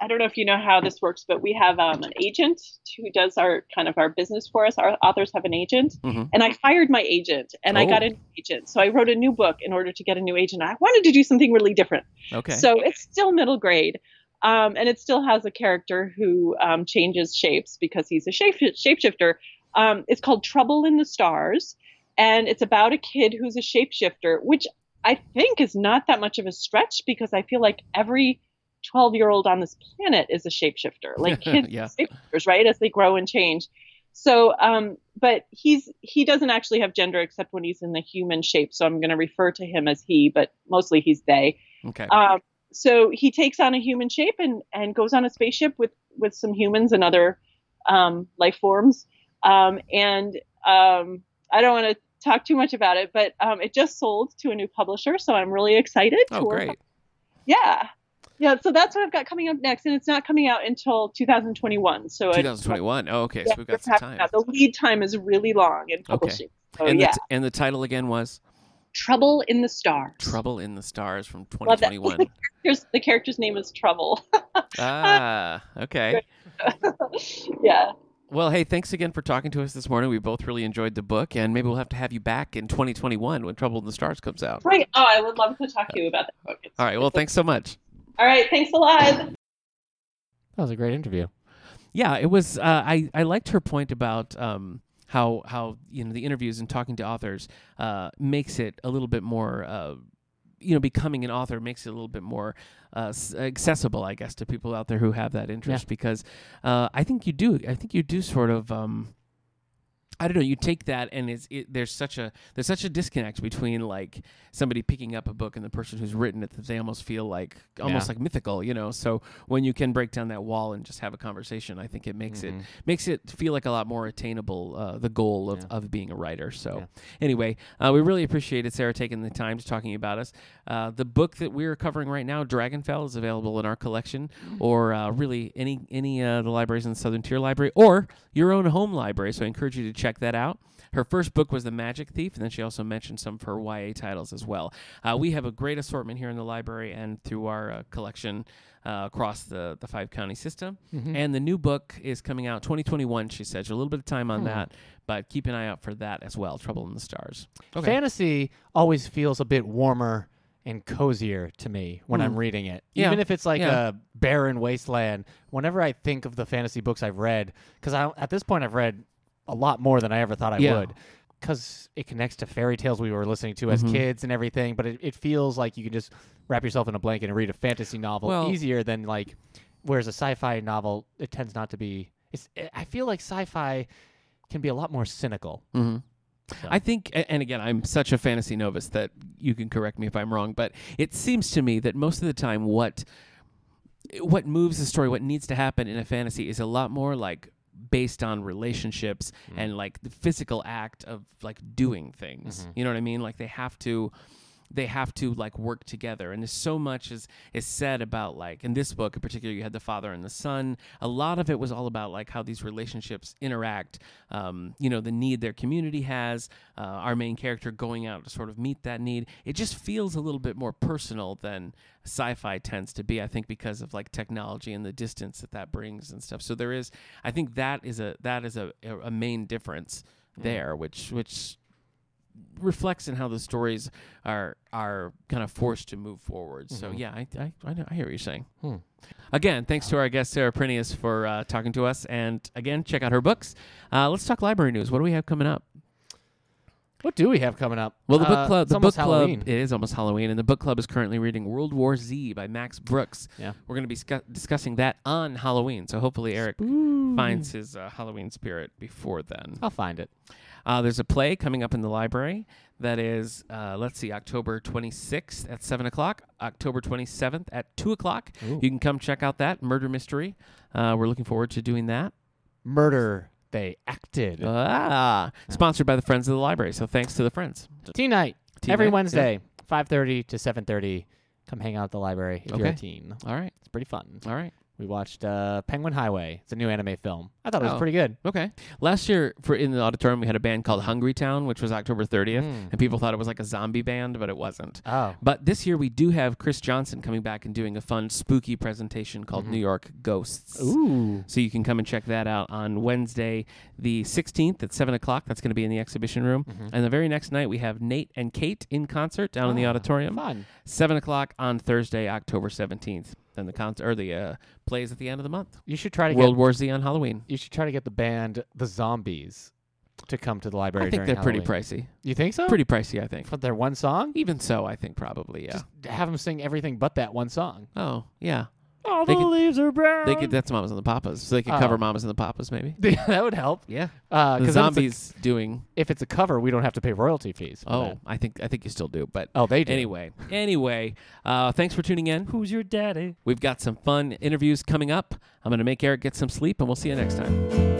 [SPEAKER 4] I don't know if you know how this works, but we have um, an agent who does our kind of our business for us. Our authors have an agent,
[SPEAKER 2] Mhm.
[SPEAKER 4] and I fired my agent, and I
[SPEAKER 2] Oh.
[SPEAKER 4] got a new agent. So I wrote a new book in order to get a new agent. I wanted to do something really different.
[SPEAKER 2] Okay.
[SPEAKER 4] So it's still middle grade. Um, and it still has a character who um, changes shapes because he's a shape- shapeshifter. Um, it's called Trouble in the Stars. And it's about a kid who's a shapeshifter, which I think is not that much of a stretch because I feel like every 12 year old on this planet is a shapeshifter. Like kids,
[SPEAKER 2] Yeah.
[SPEAKER 4] are shapeshifters, right? As they grow and change. So, um, but he's he doesn't actually have gender except when he's in the human shape. So I'm going to refer to him as he, but mostly he's they.
[SPEAKER 2] okay.
[SPEAKER 4] Um, so he takes on a human shape and, and goes on a spaceship with, with some humans and other um, life forms. Um, and um, I don't want to talk too much about it, but um, it just sold to a new publisher, so I'm really excited.
[SPEAKER 2] oh,
[SPEAKER 4] to work
[SPEAKER 2] great.
[SPEAKER 4] on- Yeah. Yeah, so that's what I've got coming up next, and it's not coming out until 2021. So it's-
[SPEAKER 2] 2021. Oh, okay.
[SPEAKER 4] yeah,
[SPEAKER 2] so we've
[SPEAKER 4] we're
[SPEAKER 2] got some
[SPEAKER 4] talking
[SPEAKER 2] time.
[SPEAKER 4] about- The lead time is really long in publishing. So
[SPEAKER 2] and, the
[SPEAKER 4] yeah,
[SPEAKER 2] t- and the title again was
[SPEAKER 4] Trouble in the Stars.
[SPEAKER 2] Trouble in the Stars from
[SPEAKER 4] Love that.
[SPEAKER 2] 2021.
[SPEAKER 4] Here's the character's name is Trouble.
[SPEAKER 2] ah, okay.
[SPEAKER 4] yeah,
[SPEAKER 2] Well, hey, thanks again for talking to us this morning. We both really enjoyed the book, and maybe we'll have to have you back in 2021 when Trouble in the Stars comes out.
[SPEAKER 4] right. Oh, I would love to talk to you about that book. It's-
[SPEAKER 2] All right. Well, thanks so much.
[SPEAKER 4] All right, thanks a lot.
[SPEAKER 1] That was a great interview.
[SPEAKER 2] Yeah, it was. Uh, I I liked her point about um, how how you know the interviews and talking to authors uh, makes it a little bit more. Uh, you know, becoming an author makes it a little bit more uh, s- accessible, I guess, to people out there who have that interest. Because uh, I think you do. I think you do sort of. Um, I don't know. You take that, and it's it, there's such a there's such a disconnect between like somebody picking up a book and the person who's written it that they almost feel like almost
[SPEAKER 1] Yeah.
[SPEAKER 2] like mythical, you know. So when you can break down that wall and just have a conversation, I think it makes it makes it feel like a lot more attainable uh, the goal of, of being a writer. So anyway, uh, we really appreciated Sarah taking the time to talking about us. Uh, the book that we're covering right now, Dragonfell, is available in our collection, or uh, really any any uh, the libraries in the Southern Tier Library or your own home library. So I encourage you to check that out. Her first book was The Magic Thief, and then she also mentioned some of her YA titles as well. Uh, we have a great assortment here in the library and through our uh, collection uh, across the, the five county system. And the new book is coming out 2021, she said. So a little bit of time on that, but keep an eye out for that as well Trouble in the Stars.
[SPEAKER 1] Fantasy always feels a bit warmer and cozier to me when I'm reading it.
[SPEAKER 2] Hmm. Yeah.
[SPEAKER 1] Even if it's like
[SPEAKER 2] Yeah.
[SPEAKER 1] a barren wasteland, whenever I think of the fantasy books I've read, because at this point I've read a lot more than I ever thought I
[SPEAKER 2] Yeah.
[SPEAKER 1] would. Because it connects to fairy tales we were listening to as
[SPEAKER 2] Mm-hmm.
[SPEAKER 1] kids and everything, but it, it feels like you can just wrap yourself in a blanket and read a fantasy novel
[SPEAKER 2] Well-
[SPEAKER 1] easier than like, whereas a sci-fi novel it tends not to be. It's I feel like sci-fi can be a lot more cynical.
[SPEAKER 2] I think, a- and again, I'm such a fantasy novice that you can correct me if I'm wrong, but it seems to me that most of the time, what what moves the story, what needs to happen in a fantasy, is a lot more like based on relationships and like the physical act of like doing things. You know what I mean? Like they have to they have to like work together and there's so much is is said about like in this book in particular you had the father and the son a lot of it was all about like how these relationships interact um, you know the need their community has uh, our main character going out to sort of meet that need it just feels a little bit more personal than sci-fi tends to be i think because of like technology and the distance that that brings and stuff so there is i think that is a that is a, a a main difference there which which reflects in how the stories are are kind of forced to move forward. So yeah, I I, I, know, I hear what you're saying. Again, thanks to our guest Sarah Prinius for uh, talking to us, and again, check out her books. Uh, let's talk library news. What do we have coming up?
[SPEAKER 1] What do we have coming up?
[SPEAKER 2] Well, the
[SPEAKER 1] Uh,
[SPEAKER 2] book club.
[SPEAKER 1] it's
[SPEAKER 2] The
[SPEAKER 1] almost
[SPEAKER 2] book club.
[SPEAKER 1] Halloween.
[SPEAKER 2] It is almost Halloween, and the book club is currently reading World War Z by Max Brooks.
[SPEAKER 1] Yeah.
[SPEAKER 2] we're going to be scu- discussing that on Halloween. So hopefully Eric finds his uh, Halloween spirit before then.
[SPEAKER 1] I'll find it.
[SPEAKER 2] Uh, there's a play coming up in the library that is, uh, let's see, October 26th at 7 o'clock, October 27th at 2 o'clock. You can come check out that murder mystery. Uh, we're looking forward to doing that.
[SPEAKER 1] Murder. They acted.
[SPEAKER 2] Ah, sponsored by the Friends of the Library. So thanks to the Friends.
[SPEAKER 1] teen night
[SPEAKER 2] Teen
[SPEAKER 1] every
[SPEAKER 2] night, yeah.
[SPEAKER 1] Wednesday, five thirty to seven thirty. Come hang out at the library if you're a
[SPEAKER 2] Okay.
[SPEAKER 1] teen.
[SPEAKER 2] All right.
[SPEAKER 1] It's pretty fun.
[SPEAKER 2] All right.
[SPEAKER 1] We watched uh, Penguin Highway. It's a new anime film. I thought it was
[SPEAKER 2] Oh.
[SPEAKER 1] pretty good.
[SPEAKER 2] Okay. Last year for in the auditorium we had a band called Hungry Town, which was October 30th, and people thought it was like a zombie band, but it wasn't.
[SPEAKER 1] Oh.
[SPEAKER 2] But this year we do have Chris Johnson coming back and doing a fun spooky presentation called New York Ghosts.
[SPEAKER 1] Ooh.
[SPEAKER 2] So you can come and check that out on Wednesday, the 16th at 7 o'clock. That's going to be in the exhibition room. And the very next night, we have Nate and Kate in concert down in the auditorium.
[SPEAKER 1] Fun.
[SPEAKER 2] 7 o'clock on Thursday, October 17th. Then the concert or the uh, plays at the end of the month.
[SPEAKER 1] You should try to
[SPEAKER 2] World
[SPEAKER 1] get.
[SPEAKER 2] War Z on Halloween.
[SPEAKER 1] You should try to get the band the Zombies to come to the library.
[SPEAKER 2] I think
[SPEAKER 1] during
[SPEAKER 2] they're pretty
[SPEAKER 1] Halloween.
[SPEAKER 2] pricey.
[SPEAKER 1] You think so?
[SPEAKER 2] Pretty pricey, I think.
[SPEAKER 1] For their one song.
[SPEAKER 2] Even so, I think probably, yeah.
[SPEAKER 1] Just have them sing everything but that one song.
[SPEAKER 2] oh, yeah.
[SPEAKER 1] All
[SPEAKER 2] They
[SPEAKER 1] the
[SPEAKER 2] could-
[SPEAKER 1] leaves are brown.
[SPEAKER 2] They could. That's Mamas and the Papas. So they could
[SPEAKER 1] Oh.
[SPEAKER 2] cover Mamas and the Papas, maybe.
[SPEAKER 1] that would help.
[SPEAKER 2] Yeah.
[SPEAKER 1] Uh,
[SPEAKER 2] the
[SPEAKER 1] 'cause then it's a-
[SPEAKER 2] zombies doing.
[SPEAKER 1] if it's a cover, we don't have to pay royalty fees. for
[SPEAKER 2] Oh,
[SPEAKER 1] that.
[SPEAKER 2] I think I think you still do, but
[SPEAKER 1] Oh, they do.
[SPEAKER 2] Anyway, anyway, uh, thanks for tuning in. Who's your daddy? We've got some fun interviews coming up. I'm going to make Eric get some sleep, and we'll see you next time.